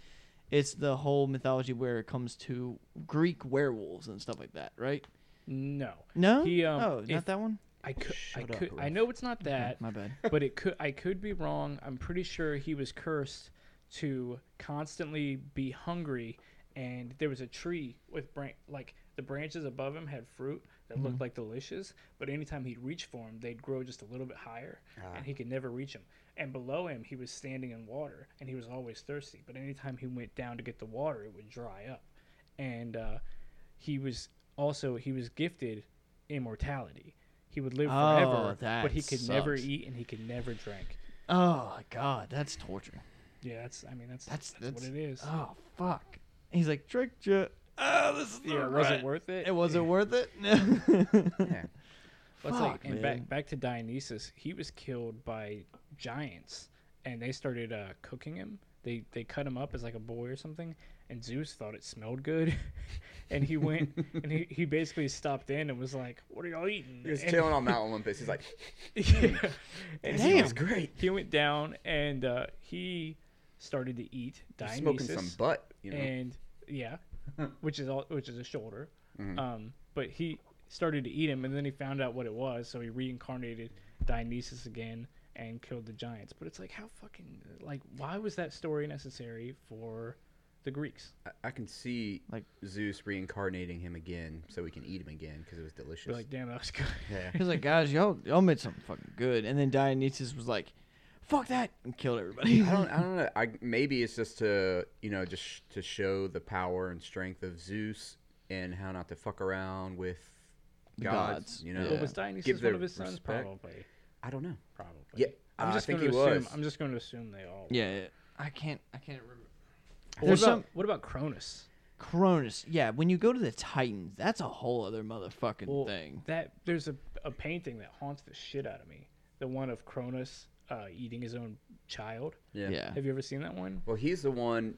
[SPEAKER 1] it's the whole mythology where it comes to Greek werewolves and stuff like that, right?
[SPEAKER 3] no.
[SPEAKER 1] No,
[SPEAKER 3] He, um,
[SPEAKER 1] oh,
[SPEAKER 3] if-
[SPEAKER 1] not that one.
[SPEAKER 3] I could. I
[SPEAKER 2] Shut up,
[SPEAKER 3] could. I
[SPEAKER 2] Ralph.
[SPEAKER 3] know it's not that.
[SPEAKER 1] My bad.
[SPEAKER 3] but it could I could be wrong. I'm pretty sure he was cursed to constantly be hungry and there was a tree with bran- like the branches above him had fruit that looked
[SPEAKER 1] Mm-hmm.
[SPEAKER 3] like delicious, but anytime he'd reach for them, they'd grow just a little bit higher
[SPEAKER 1] Ah.
[SPEAKER 3] and he could never reach them. And below him, he was standing in water and he was always thirsty, but anytime he went down to get the water, it would dry up. And uh, he was also he was gifted immortality. He would live
[SPEAKER 1] Oh,
[SPEAKER 3] forever, but he
[SPEAKER 1] that
[SPEAKER 3] could never
[SPEAKER 1] sucks.
[SPEAKER 3] eat and he could never drink.
[SPEAKER 1] Oh God, that's torture.
[SPEAKER 3] Yeah, that's. I mean, that's
[SPEAKER 1] That's
[SPEAKER 3] that's, what it is.
[SPEAKER 1] Oh fuck. He's like tricked you. Oh, this is
[SPEAKER 3] yeah,
[SPEAKER 1] not
[SPEAKER 3] was
[SPEAKER 1] right.
[SPEAKER 3] it worth it?
[SPEAKER 1] It wasn't worth it. No.
[SPEAKER 2] Yeah.
[SPEAKER 3] Let's
[SPEAKER 1] Fuck, man.
[SPEAKER 3] and back back to Dionysus. He was killed by giants, and they started uh, cooking him. They they cut him up as like a boy or something, and Zeus thought it smelled good, and he went and he, he basically stopped in and was like, "What are y'all eating?"
[SPEAKER 2] He was
[SPEAKER 3] And-
[SPEAKER 2] chilling on Mount Olympus. He's like,
[SPEAKER 3] yeah. and
[SPEAKER 2] "This
[SPEAKER 3] he
[SPEAKER 2] is
[SPEAKER 3] was-
[SPEAKER 2] great."
[SPEAKER 3] He went down and uh, he started to eat
[SPEAKER 2] He's
[SPEAKER 3] Dionysus.
[SPEAKER 2] smoking some butt, you know.
[SPEAKER 3] and yeah, which is all which is a shoulder.
[SPEAKER 2] Mm-hmm.
[SPEAKER 3] Um, but he started to eat him, and then he found out what it was, so he reincarnated Dionysus again and killed the giants. But it's like, how fucking like, why was that story necessary for the Greeks?
[SPEAKER 2] I- I can see
[SPEAKER 1] Like-
[SPEAKER 2] Zeus reincarnating him again, so we can eat him again because it was delicious.
[SPEAKER 3] Be like, damn, that was good.
[SPEAKER 2] yeah.
[SPEAKER 1] He's like, guys, y'all, y'all made something fucking good. And then Dionysus was like, fuck that, and killed everybody.
[SPEAKER 2] I don't. I don't know. I, maybe it's just to you know just sh- to show the power and strength of Zeus and how not to fuck around with
[SPEAKER 1] The
[SPEAKER 2] gods,
[SPEAKER 1] gods,
[SPEAKER 2] You know,
[SPEAKER 1] yeah.
[SPEAKER 3] But was
[SPEAKER 2] Give
[SPEAKER 3] Dionysus one
[SPEAKER 2] their
[SPEAKER 3] of his sons?
[SPEAKER 2] respect.
[SPEAKER 3] Probably,
[SPEAKER 2] I don't know.
[SPEAKER 3] probably.
[SPEAKER 2] Yeah,
[SPEAKER 3] I'm
[SPEAKER 2] uh, I
[SPEAKER 3] just
[SPEAKER 2] think
[SPEAKER 3] going to
[SPEAKER 2] he
[SPEAKER 3] assume.
[SPEAKER 2] was.
[SPEAKER 3] I'm just going to assume they all.
[SPEAKER 1] yeah, yeah. I can't, I can't remember.
[SPEAKER 3] What
[SPEAKER 1] There's
[SPEAKER 3] about,
[SPEAKER 1] some
[SPEAKER 3] what about Cronus?
[SPEAKER 1] Cronus. Yeah, when you go to the Titans, that's a whole other motherfucking
[SPEAKER 3] Well,
[SPEAKER 1] thing.
[SPEAKER 3] That there's a, a painting that haunts the shit out of me. The one of Cronus uh, eating his own child.
[SPEAKER 1] Yeah.
[SPEAKER 3] Have you ever seen that one?
[SPEAKER 2] Well, he's the one.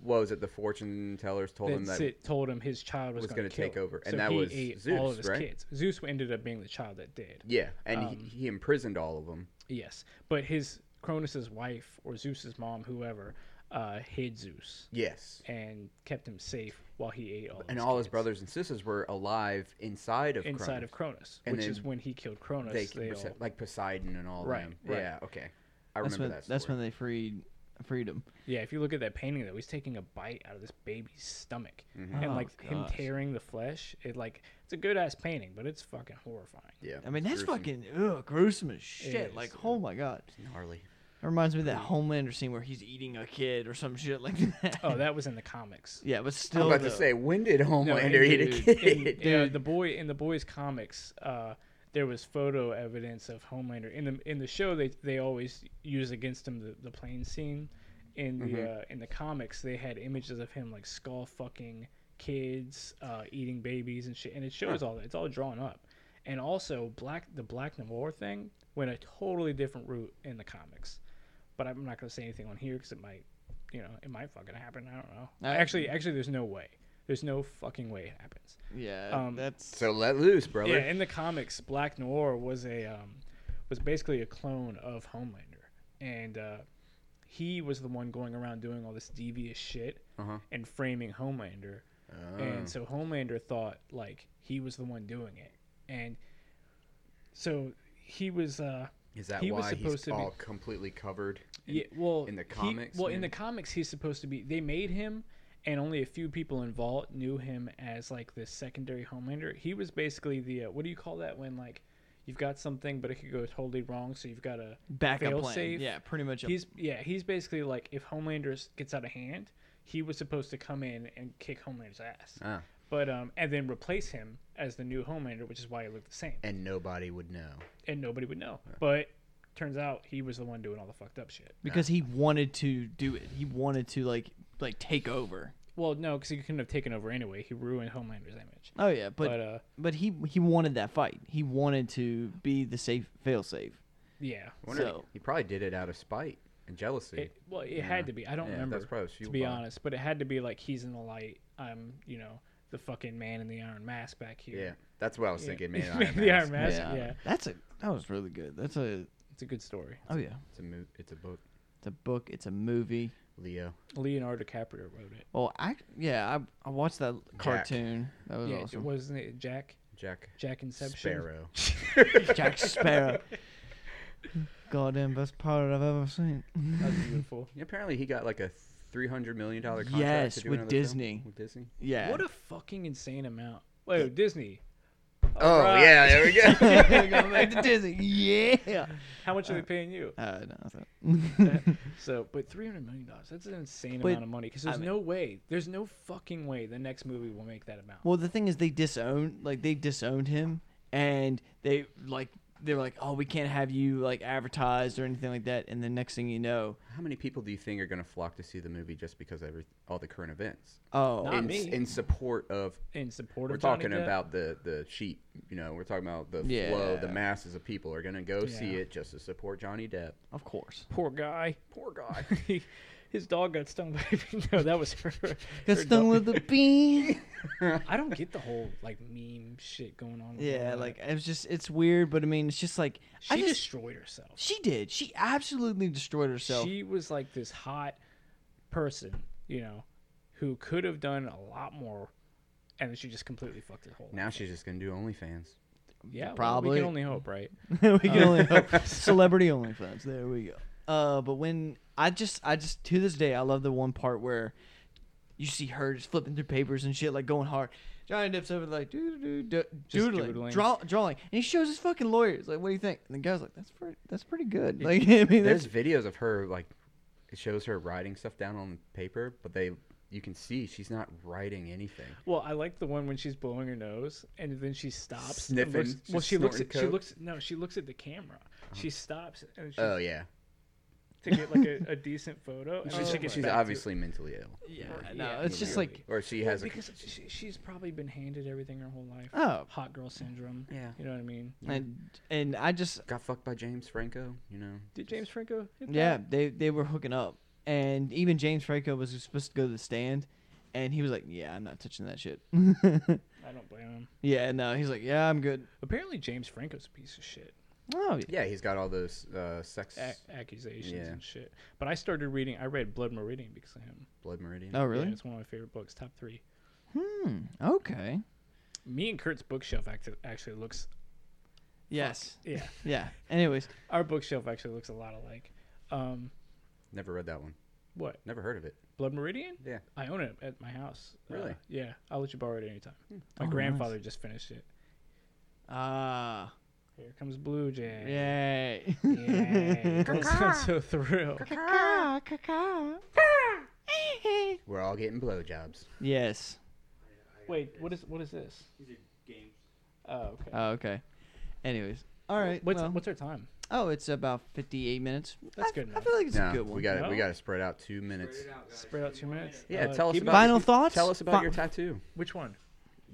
[SPEAKER 2] What was it? The fortune tellers told him
[SPEAKER 3] That
[SPEAKER 2] that.
[SPEAKER 3] Sid told him his child was,
[SPEAKER 2] was
[SPEAKER 3] going
[SPEAKER 2] gonna
[SPEAKER 3] to kill
[SPEAKER 2] take
[SPEAKER 3] him.
[SPEAKER 2] over, and
[SPEAKER 3] So
[SPEAKER 2] that
[SPEAKER 3] he
[SPEAKER 2] was
[SPEAKER 3] ate all
[SPEAKER 2] Zeus,
[SPEAKER 3] of his
[SPEAKER 2] right?
[SPEAKER 3] kids. Zeus ended up being the child that did.
[SPEAKER 2] Yeah, and
[SPEAKER 3] Um,
[SPEAKER 2] he, he imprisoned all of them.
[SPEAKER 3] Yes, but his Cronus's wife or Zeus's mom, whoever, uh, hid Zeus
[SPEAKER 2] Yes.
[SPEAKER 3] and kept him safe while he ate all.
[SPEAKER 2] And
[SPEAKER 3] his
[SPEAKER 2] all his
[SPEAKER 3] kids
[SPEAKER 2] brothers and sisters were alive inside of
[SPEAKER 3] inside
[SPEAKER 2] Cronus.
[SPEAKER 3] of Cronus,
[SPEAKER 2] And
[SPEAKER 3] which
[SPEAKER 2] then
[SPEAKER 3] is when he killed Cronus.
[SPEAKER 2] they,
[SPEAKER 3] They,
[SPEAKER 2] were
[SPEAKER 3] all,
[SPEAKER 2] set- like Poseidon and all
[SPEAKER 3] Right,
[SPEAKER 2] them.
[SPEAKER 3] right.
[SPEAKER 2] Yeah, okay. I
[SPEAKER 1] that's
[SPEAKER 2] remember
[SPEAKER 1] when,
[SPEAKER 2] that.
[SPEAKER 1] that's
[SPEAKER 2] story.
[SPEAKER 1] when they freed, freedom.
[SPEAKER 3] Yeah, if you look at that painting though, he's taking a bite out of this baby's stomach, and
[SPEAKER 1] Oh,
[SPEAKER 3] like him
[SPEAKER 1] gosh.
[SPEAKER 3] tearing the flesh. It like it's a good ass painting, but it's fucking horrifying.
[SPEAKER 2] Yeah,
[SPEAKER 1] I mean, that's
[SPEAKER 2] gruesome.
[SPEAKER 1] fucking ugh, gruesome as shit.
[SPEAKER 3] is,
[SPEAKER 1] like, oh my god.
[SPEAKER 2] gnarly.
[SPEAKER 1] It reminds me of that Homelander scene where he's eating a kid or some shit like that.
[SPEAKER 3] Oh, that was in the comics.
[SPEAKER 1] yeah, but still.
[SPEAKER 2] I'm about to
[SPEAKER 1] though.
[SPEAKER 2] say, when did Homelander
[SPEAKER 3] in-
[SPEAKER 2] eat a
[SPEAKER 3] in-
[SPEAKER 2] kid?
[SPEAKER 3] in, uh, the boy in the boys comics, uh, there was photo evidence of Homelander in the in the show. They they always use against him the, the plane scene. In the
[SPEAKER 2] Mm-hmm.
[SPEAKER 3] uh, in the comics, they had images of him like skull fucking kids, uh, eating babies and shit, and it shows all that. It's all drawn up. And also, black the Black Noir thing went a totally different route in the comics. But I'm not gonna say anything on here because it might, you know, it might fucking happen. I don't know.
[SPEAKER 1] I-
[SPEAKER 3] actually, actually, there's no way. There's no fucking way it happens.
[SPEAKER 1] Yeah,
[SPEAKER 3] Um,
[SPEAKER 1] that's.
[SPEAKER 2] So let loose, brother.
[SPEAKER 3] Yeah, in the comics, Black Noir was a um, was basically a clone of Homelander, and uh, he was the one going around doing all this devious shit
[SPEAKER 2] Uh-huh.
[SPEAKER 3] and framing Homelander,
[SPEAKER 2] Uh,
[SPEAKER 3] and so Homelander thought like he was the one doing it, and so he was. Uh,
[SPEAKER 2] Is that
[SPEAKER 3] he was
[SPEAKER 2] why he's
[SPEAKER 3] supposed to be-
[SPEAKER 2] all completely covered?
[SPEAKER 3] yeah, well,
[SPEAKER 2] in the
[SPEAKER 3] he-
[SPEAKER 2] comics,
[SPEAKER 3] well, in
[SPEAKER 2] maybe?
[SPEAKER 3] the comics, he's supposed to be. They made him, and only a few people involved knew him as like this secondary Homelander. He was basically the uh, what do you call that when like you've got something, but it could go totally wrong, so you've got a
[SPEAKER 1] backup
[SPEAKER 3] fail
[SPEAKER 1] plan.
[SPEAKER 3] safe.
[SPEAKER 1] Yeah, pretty much. A,
[SPEAKER 3] He's yeah, he's basically like if Homelander s- gets out of hand, he was supposed to come in and kick Homelander's ass,
[SPEAKER 2] Ah.
[SPEAKER 3] but um, and then replace him as the new Homelander, which is why he looked the same,
[SPEAKER 2] And nobody would know.
[SPEAKER 3] and nobody would know. But turns out he was the one doing all the fucked up shit.
[SPEAKER 1] because he wanted to do it. He wanted to like like take over.
[SPEAKER 3] Well, no, because he couldn't have taken over anyway. He ruined Homelander's image.
[SPEAKER 1] Oh yeah, but
[SPEAKER 3] But
[SPEAKER 1] but,
[SPEAKER 3] uh,
[SPEAKER 1] he he wanted that fight. He wanted to be the safe fail safe.
[SPEAKER 3] Yeah.
[SPEAKER 2] I wonder if
[SPEAKER 1] So-
[SPEAKER 2] he probably did it out of spite and jealousy.
[SPEAKER 3] It, well, it
[SPEAKER 2] Yeah.
[SPEAKER 3] had to be. I don't
[SPEAKER 2] Yeah,
[SPEAKER 3] remember
[SPEAKER 2] that's probably what she
[SPEAKER 3] to be
[SPEAKER 2] thought.
[SPEAKER 3] honest, but it had to be like he's in the light. I'm, you know, the fucking man in the iron mask back here.
[SPEAKER 2] yeah, that's what I was
[SPEAKER 3] Yeah.
[SPEAKER 2] thinking. Man,
[SPEAKER 3] Man
[SPEAKER 2] Iron
[SPEAKER 3] in the
[SPEAKER 2] Mask.
[SPEAKER 3] Iron Mask.
[SPEAKER 1] yeah.
[SPEAKER 3] yeah.
[SPEAKER 1] That's a that was really good. That's a
[SPEAKER 3] It's a good story.
[SPEAKER 1] oh yeah.
[SPEAKER 2] It's a mo- It's a book.
[SPEAKER 1] It's a book. It's a movie.
[SPEAKER 2] Leo.
[SPEAKER 3] Leonardo DiCaprio wrote it.
[SPEAKER 1] Well, I yeah I, I watched that cartoon. That was
[SPEAKER 3] yeah, it
[SPEAKER 1] awesome.
[SPEAKER 3] wasn't it Jack
[SPEAKER 2] Jack
[SPEAKER 3] Jack Inception.
[SPEAKER 2] Sparrow.
[SPEAKER 1] Jack Sparrow. Goddamn best pirate I've ever seen.
[SPEAKER 3] That's beautiful.
[SPEAKER 2] Apparently, he got like a three hundred million dollar contract.
[SPEAKER 1] Yes,
[SPEAKER 2] to do
[SPEAKER 1] with
[SPEAKER 2] another film.
[SPEAKER 1] Disney.
[SPEAKER 2] With Disney.
[SPEAKER 1] Yeah.
[SPEAKER 3] What a fucking insane amount. Wait, Disney.
[SPEAKER 2] Oh
[SPEAKER 3] Alright.
[SPEAKER 2] yeah, there we go.
[SPEAKER 1] We're going back to Disney. Yeah.
[SPEAKER 3] How much are they paying you?
[SPEAKER 1] Uh, no, that's not-
[SPEAKER 3] So, but three hundred million dollars. That's an insane
[SPEAKER 1] But,
[SPEAKER 3] amount of money. Because there's
[SPEAKER 1] I mean-
[SPEAKER 3] no way. There's no fucking way the next movie will make that amount.
[SPEAKER 1] well, the thing is, they disowned like they disowned him, and they like they were like, oh, we can't have you like advertised or anything like that. And the next thing you know,
[SPEAKER 2] How many people do you think are going to flock to see the movie just because of every, all the current events?
[SPEAKER 1] oh,
[SPEAKER 3] Not
[SPEAKER 2] in,
[SPEAKER 3] me.
[SPEAKER 2] in support of
[SPEAKER 3] In support
[SPEAKER 2] we're
[SPEAKER 3] of Johnny
[SPEAKER 2] talking
[SPEAKER 3] Depp.
[SPEAKER 2] about the the sheep you know we're talking about the flow the
[SPEAKER 1] Yeah.
[SPEAKER 2] masses of people are gonna go see
[SPEAKER 3] Yeah.
[SPEAKER 2] it just to support johnny depp
[SPEAKER 1] of course.
[SPEAKER 3] poor guy.
[SPEAKER 2] poor guy
[SPEAKER 3] He- His dog got stung by a bee. No, that was her. her
[SPEAKER 1] Cause done
[SPEAKER 3] dog.
[SPEAKER 1] with the bee.
[SPEAKER 3] I don't get the whole like meme shit going on. with
[SPEAKER 1] yeah,
[SPEAKER 3] all
[SPEAKER 1] like it was just it's weird, but I mean, it's just like
[SPEAKER 3] that. she
[SPEAKER 1] I just
[SPEAKER 3] destroyed herself.
[SPEAKER 1] she did. She absolutely destroyed herself.
[SPEAKER 3] She was like this hot person, you know, who could have done a lot more, and then she just completely fucked her whole. life.
[SPEAKER 2] now she's just gonna do onlyfans
[SPEAKER 3] yeah, well, we
[SPEAKER 1] probably-
[SPEAKER 3] can only hope, right?
[SPEAKER 1] we can only hope. Celebrity OnlyFans. There we go. Uh, but when I just, I just to this day, I love the one part where you see her just flipping through papers and shit, like going hard. Johnny Depp's over there, like doo doo
[SPEAKER 3] Just
[SPEAKER 1] doodling, doodling.
[SPEAKER 3] doodling.
[SPEAKER 1] Draw, drawing, and he shows his fucking lawyer. It's like, what do you think? And the guy's like, that's pretty, that's pretty good. Like, I mean,
[SPEAKER 2] there's
[SPEAKER 1] that's
[SPEAKER 2] videos of her like it shows her writing stuff down on paper but they you can see she's not writing anything
[SPEAKER 3] Well, I like the one when she's blowing her nose and then she stops. and
[SPEAKER 2] Sniffing.
[SPEAKER 3] looks- well,
[SPEAKER 2] She's
[SPEAKER 3] she looks.
[SPEAKER 2] snorting
[SPEAKER 3] At, she
[SPEAKER 2] coke. Uh-huh.
[SPEAKER 3] looks. No, she looks at the camera. She stops and she,
[SPEAKER 2] oh yeah
[SPEAKER 3] to get like a, a decent photo. And then she gets
[SPEAKER 2] she's
[SPEAKER 3] back to-
[SPEAKER 2] obviously mentally ill
[SPEAKER 1] yeah,
[SPEAKER 3] Yeah,
[SPEAKER 1] no,
[SPEAKER 3] yeah,
[SPEAKER 1] it's just
[SPEAKER 3] really.
[SPEAKER 1] like,
[SPEAKER 2] or she
[SPEAKER 3] Well,
[SPEAKER 2] has a
[SPEAKER 3] because she, she's probably been handed everything her whole life.
[SPEAKER 1] oh,
[SPEAKER 3] Hot girl syndrome.
[SPEAKER 2] Yeah.
[SPEAKER 3] You know what I mean?
[SPEAKER 1] and and I just,
[SPEAKER 2] got fucked by james franco you know
[SPEAKER 3] Did James Franco? Hit
[SPEAKER 1] yeah, they they were hooking up, and even James Franco was supposed to go to the stand, and he was like, yeah, I'm not touching that shit.
[SPEAKER 3] That? I don't blame him.
[SPEAKER 1] Yeah, no, he's like, yeah, I'm good.
[SPEAKER 3] Apparently, James Franco's a piece of shit.
[SPEAKER 1] Oh, yeah.
[SPEAKER 2] yeah he's got all those uh, sex
[SPEAKER 3] A- accusations
[SPEAKER 2] Yeah.
[SPEAKER 3] and shit. But I started reading. I read Blood Meridian because of him.
[SPEAKER 2] blood meridian
[SPEAKER 1] Oh,
[SPEAKER 3] Yeah,
[SPEAKER 1] really?
[SPEAKER 3] it's one of my favorite books. Top three.
[SPEAKER 1] Hmm. Okay.
[SPEAKER 3] Me and Kurt's bookshelf act- actually looks.
[SPEAKER 1] Yes.
[SPEAKER 3] Yeah.
[SPEAKER 1] Yeah. Anyways,
[SPEAKER 3] Our bookshelf actually looks a lot alike. Um,
[SPEAKER 2] never read that one
[SPEAKER 3] what?
[SPEAKER 2] never heard of it
[SPEAKER 3] Blood Meridian?
[SPEAKER 2] yeah
[SPEAKER 3] I own it at my house. Uh,
[SPEAKER 2] Really? Hmm.
[SPEAKER 3] yeah. I'll let you borrow it anytime. My
[SPEAKER 1] Oh, nice.
[SPEAKER 3] grandfather just finished it.
[SPEAKER 1] ah,
[SPEAKER 3] Here comes Blue Jay.
[SPEAKER 1] yay.
[SPEAKER 3] Yeah. I'm so thrilled.
[SPEAKER 2] we're all getting blowjobs
[SPEAKER 1] yes.
[SPEAKER 3] Wait, what is what is this? These are games. Oh, okay.
[SPEAKER 1] Oh, okay. Anyways, all right.
[SPEAKER 3] What's
[SPEAKER 1] well-
[SPEAKER 3] what's our time?
[SPEAKER 1] oh, it's about fifty-eight minutes.
[SPEAKER 3] That's
[SPEAKER 1] I,
[SPEAKER 3] good
[SPEAKER 1] I
[SPEAKER 3] enough.
[SPEAKER 1] feel like it's
[SPEAKER 2] No,
[SPEAKER 1] a good one.
[SPEAKER 2] we got to
[SPEAKER 3] No?
[SPEAKER 2] we got to spread out two minutes.
[SPEAKER 3] Spread out two minutes.
[SPEAKER 2] Yeah,
[SPEAKER 3] Uh,
[SPEAKER 2] tell us
[SPEAKER 3] keep it-
[SPEAKER 2] about
[SPEAKER 1] Final thoughts.
[SPEAKER 2] Tell us about
[SPEAKER 1] Fi-
[SPEAKER 2] your tattoo.
[SPEAKER 3] which one.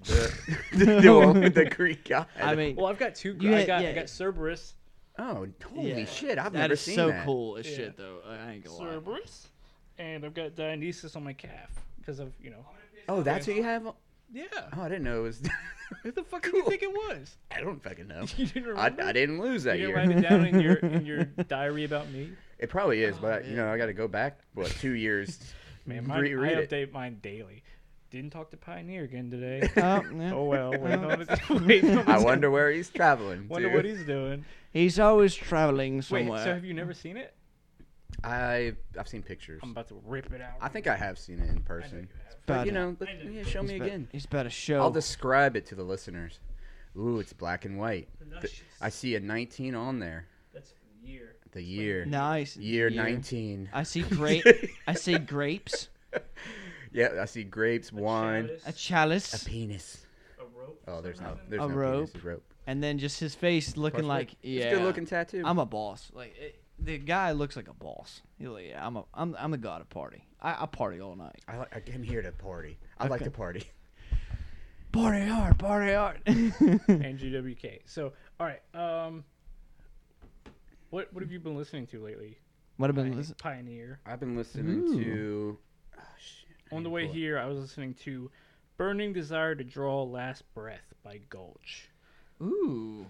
[SPEAKER 2] The, the one with the Greek god.
[SPEAKER 1] I mean,
[SPEAKER 3] Well, I've got two.
[SPEAKER 1] You
[SPEAKER 3] I
[SPEAKER 1] had-
[SPEAKER 3] got
[SPEAKER 1] yeah.
[SPEAKER 3] I got Cerberus.
[SPEAKER 2] oh, holy
[SPEAKER 1] yeah.
[SPEAKER 2] shit! I've
[SPEAKER 1] that
[SPEAKER 2] never
[SPEAKER 1] is
[SPEAKER 2] seen
[SPEAKER 1] so
[SPEAKER 2] that.
[SPEAKER 1] cool as
[SPEAKER 3] Yeah.
[SPEAKER 1] shit, though. I ain't gonna lie.
[SPEAKER 3] Cerberus, and I've got Dionysus on my calf because of you know.
[SPEAKER 2] Oh, that's what you have. on-
[SPEAKER 3] Yeah.
[SPEAKER 2] Oh, I didn't know it was.
[SPEAKER 3] Who the fuck do you think it was?
[SPEAKER 2] I don't fucking know.
[SPEAKER 3] You didn't
[SPEAKER 2] I,
[SPEAKER 3] remember.
[SPEAKER 2] I didn't lose that
[SPEAKER 3] you didn't
[SPEAKER 2] year.
[SPEAKER 3] write it down in your in your diary about me.
[SPEAKER 2] It probably is, but I,
[SPEAKER 1] man.
[SPEAKER 2] you know I got to go back what two years.
[SPEAKER 3] Oh, Man, mine,
[SPEAKER 2] Re-
[SPEAKER 3] I
[SPEAKER 2] read it.
[SPEAKER 3] update mine daily. Didn't talk to Pioneer again today.
[SPEAKER 1] Oh, yeah.
[SPEAKER 3] oh well, wait on it. Wait on
[SPEAKER 2] I
[SPEAKER 3] it.
[SPEAKER 2] wonder where he's traveling.
[SPEAKER 3] Wonder
[SPEAKER 2] to.
[SPEAKER 3] what he's doing.
[SPEAKER 1] He's always traveling somewhere.
[SPEAKER 3] Wait, so have you never seen it?
[SPEAKER 2] I I've seen pictures.
[SPEAKER 3] I'm about to rip it out.
[SPEAKER 2] I think I have seen it in person.
[SPEAKER 1] Bad.
[SPEAKER 2] But you know,
[SPEAKER 3] I
[SPEAKER 2] let,
[SPEAKER 3] know.
[SPEAKER 2] yeah, show
[SPEAKER 1] he's
[SPEAKER 2] me
[SPEAKER 1] be-
[SPEAKER 2] again.
[SPEAKER 1] He's about to show.
[SPEAKER 2] I'll describe it to the listeners. Ooh, it's black and white. Th-
[SPEAKER 3] Luscious.
[SPEAKER 2] I see a 19 on there.
[SPEAKER 3] That's for the year.
[SPEAKER 2] The year.
[SPEAKER 1] nice.
[SPEAKER 2] Year 19.
[SPEAKER 1] I see grape. I see grapes.
[SPEAKER 2] Yeah, I see grapes, wine,
[SPEAKER 1] A
[SPEAKER 2] a
[SPEAKER 1] chalice,
[SPEAKER 2] penis.
[SPEAKER 3] a rope.
[SPEAKER 2] Oh, there's no, there's
[SPEAKER 1] A
[SPEAKER 2] no
[SPEAKER 1] rope.
[SPEAKER 2] penis. It's rope.
[SPEAKER 1] and then just his face looking
[SPEAKER 2] Parsley.
[SPEAKER 1] like yeah,
[SPEAKER 2] It's a good looking tattoo.
[SPEAKER 1] I'm a boss. Like it, the guy looks like a boss. He's like, yeah, I'm a, I'm, I'm a god of party. I, I party all night.
[SPEAKER 2] I li- I'm here to party. I like
[SPEAKER 1] Okay.
[SPEAKER 2] to party.
[SPEAKER 1] Party hard, party hard.
[SPEAKER 3] and GWK. So, all right. Um, What What have you been listening to lately?
[SPEAKER 1] Might have been
[SPEAKER 3] Pioneer.
[SPEAKER 1] listen-
[SPEAKER 3] Pioneer.
[SPEAKER 2] I've been listening
[SPEAKER 1] Ooh.
[SPEAKER 2] to. Oh, shit, I
[SPEAKER 3] On
[SPEAKER 2] need
[SPEAKER 3] the
[SPEAKER 2] to
[SPEAKER 3] way
[SPEAKER 2] pull it.
[SPEAKER 3] here, I was listening to "Burning Desire to Draw Last Breath" by Gulch,
[SPEAKER 1] Ooh,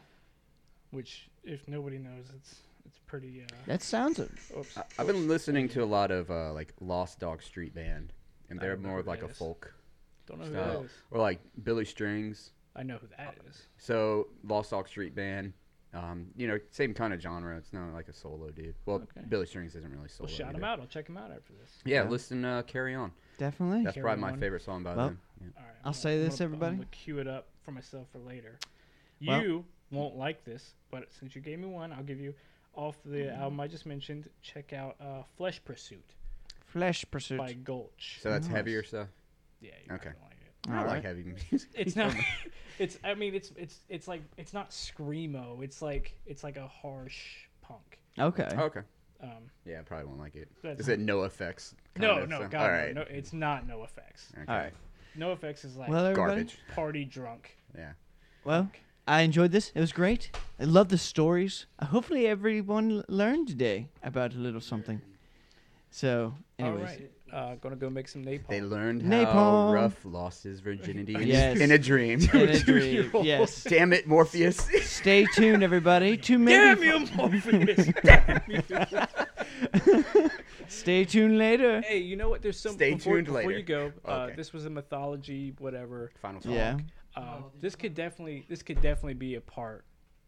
[SPEAKER 3] which, if nobody knows, it's it's pretty. Uh,
[SPEAKER 1] that sounds. A-
[SPEAKER 3] oops.
[SPEAKER 2] I- I've been listening to a lot of uh, like Lost Dog Street Band, and
[SPEAKER 3] I
[SPEAKER 2] they're
[SPEAKER 3] don't know
[SPEAKER 2] more
[SPEAKER 3] who
[SPEAKER 2] of like
[SPEAKER 3] that
[SPEAKER 2] a
[SPEAKER 3] is.
[SPEAKER 2] folk
[SPEAKER 3] Don't know who that
[SPEAKER 2] style,
[SPEAKER 3] is.
[SPEAKER 2] or like Billy Strings.
[SPEAKER 3] I know who that is.
[SPEAKER 2] So Lost Dog Street Band, um, you know, same kind of genre. It's not like a solo dude. Well,
[SPEAKER 3] Okay.
[SPEAKER 2] Billy Strings isn't really solo.
[SPEAKER 3] Well, shout him
[SPEAKER 2] either.
[SPEAKER 3] out. I'll check him out after this.
[SPEAKER 2] Yeah,
[SPEAKER 1] Yeah.
[SPEAKER 2] listen, uh, carry on.
[SPEAKER 1] Definitely.
[SPEAKER 2] That's
[SPEAKER 3] Carry
[SPEAKER 2] probably my
[SPEAKER 3] On.
[SPEAKER 2] favorite song by
[SPEAKER 1] Well,
[SPEAKER 2] them. Yeah.
[SPEAKER 3] All right, I'm
[SPEAKER 1] I'll
[SPEAKER 3] gonna-
[SPEAKER 1] say
[SPEAKER 3] I'm
[SPEAKER 1] this,
[SPEAKER 3] gonna-
[SPEAKER 1] everybody.
[SPEAKER 3] I'm gonna cue it up for myself for later.
[SPEAKER 1] Well-
[SPEAKER 3] You won't like this, but since you gave me one, I'll give you off the
[SPEAKER 1] Mm-hmm.
[SPEAKER 3] album I just mentioned. Check out uh, "Flesh Pursuit"
[SPEAKER 1] Flesh pursuit.
[SPEAKER 3] by Gulch.
[SPEAKER 2] So that's
[SPEAKER 1] Nice.
[SPEAKER 2] heavier stuff.
[SPEAKER 3] yeah, you're
[SPEAKER 2] okay.
[SPEAKER 3] not gonna like it.
[SPEAKER 1] All
[SPEAKER 2] I
[SPEAKER 1] right.
[SPEAKER 2] like heavy music.
[SPEAKER 3] It's not. it's. I mean, it's. It's. It's like. It's not screamo. It's like. It's like a harsh punk.
[SPEAKER 1] Oh, Okay.
[SPEAKER 2] okay.
[SPEAKER 3] Um,
[SPEAKER 2] Yeah, I probably won't like it. Is
[SPEAKER 3] That's-
[SPEAKER 2] it no effects?
[SPEAKER 3] no,
[SPEAKER 2] kinda
[SPEAKER 3] no,
[SPEAKER 2] stuff?
[SPEAKER 3] God,
[SPEAKER 2] All
[SPEAKER 3] no,
[SPEAKER 2] right.
[SPEAKER 3] no, It's not no effects.
[SPEAKER 2] Okay.
[SPEAKER 1] All right.
[SPEAKER 3] No effects is like
[SPEAKER 1] Well, everybody.
[SPEAKER 2] Garbage.
[SPEAKER 3] party drunk.
[SPEAKER 2] Yeah.
[SPEAKER 1] Well, I enjoyed this. It was great. I love the stories. Uh, Hopefully, everyone l- learned today about a little something. So, anyways,
[SPEAKER 3] All right. Uh, gonna go make some napalm.
[SPEAKER 2] They learned how
[SPEAKER 1] Napalm.
[SPEAKER 2] Ruff lost his virginity in,
[SPEAKER 1] Yes.
[SPEAKER 2] in a dream.
[SPEAKER 1] In a
[SPEAKER 3] Two
[SPEAKER 1] dream,
[SPEAKER 3] year old.
[SPEAKER 1] yes.
[SPEAKER 2] Damn it, Morpheus.
[SPEAKER 1] Stay tuned, everybody. To
[SPEAKER 3] Damn
[SPEAKER 1] maybe.
[SPEAKER 3] you, Morpheus! Damn you.
[SPEAKER 1] Stay tuned later.
[SPEAKER 3] hey, you know what? There's some.
[SPEAKER 2] Stay
[SPEAKER 3] before,
[SPEAKER 2] tuned
[SPEAKER 3] before
[SPEAKER 2] later.
[SPEAKER 3] you go,
[SPEAKER 1] Oh,
[SPEAKER 3] uh,
[SPEAKER 2] Okay.
[SPEAKER 3] this was a mythology, whatever.
[SPEAKER 2] Final thought.
[SPEAKER 1] Yeah.
[SPEAKER 3] Uh, this could definitely, this could definitely be a part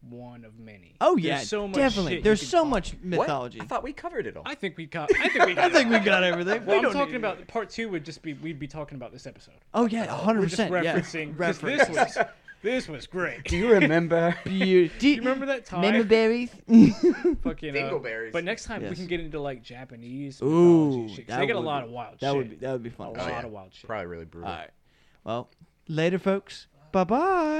[SPEAKER 3] one of many.
[SPEAKER 1] Oh yeah,
[SPEAKER 3] There's so much
[SPEAKER 1] definitely.
[SPEAKER 3] shit you
[SPEAKER 1] There's
[SPEAKER 3] can
[SPEAKER 1] so
[SPEAKER 3] talk-
[SPEAKER 1] much mythology.
[SPEAKER 2] What? I thought we covered it all.
[SPEAKER 3] I think we got. I think we.
[SPEAKER 1] I think we got everything.
[SPEAKER 3] Well,
[SPEAKER 1] we
[SPEAKER 3] I'm
[SPEAKER 1] don't
[SPEAKER 3] talking
[SPEAKER 1] need-
[SPEAKER 3] about part two. Would just be we'd be talking about this episode.
[SPEAKER 1] Oh yeah, 100.
[SPEAKER 3] We're just
[SPEAKER 1] percent yeah.
[SPEAKER 3] referencing. 'cause This
[SPEAKER 1] References.
[SPEAKER 3] was. This was great.
[SPEAKER 2] Do you remember?
[SPEAKER 1] You, do you
[SPEAKER 3] remember that time? Oh,
[SPEAKER 1] Remember berries?
[SPEAKER 3] Fucking. uh,
[SPEAKER 2] Dingleberries.
[SPEAKER 3] But next time we
[SPEAKER 1] Yes.
[SPEAKER 3] can get into like Japanese. mythology
[SPEAKER 1] Ooh,
[SPEAKER 3] and shit, 'cause
[SPEAKER 1] that
[SPEAKER 3] they got a
[SPEAKER 1] would
[SPEAKER 3] lot
[SPEAKER 1] be-
[SPEAKER 3] of wild.
[SPEAKER 1] that
[SPEAKER 3] shit.
[SPEAKER 1] would be that would be
[SPEAKER 3] a
[SPEAKER 1] fun.
[SPEAKER 3] lot
[SPEAKER 1] All
[SPEAKER 2] Oh, yeah.
[SPEAKER 3] of wild shit.
[SPEAKER 2] probably really brutal.
[SPEAKER 1] right. Well, later, folks. Bye bye.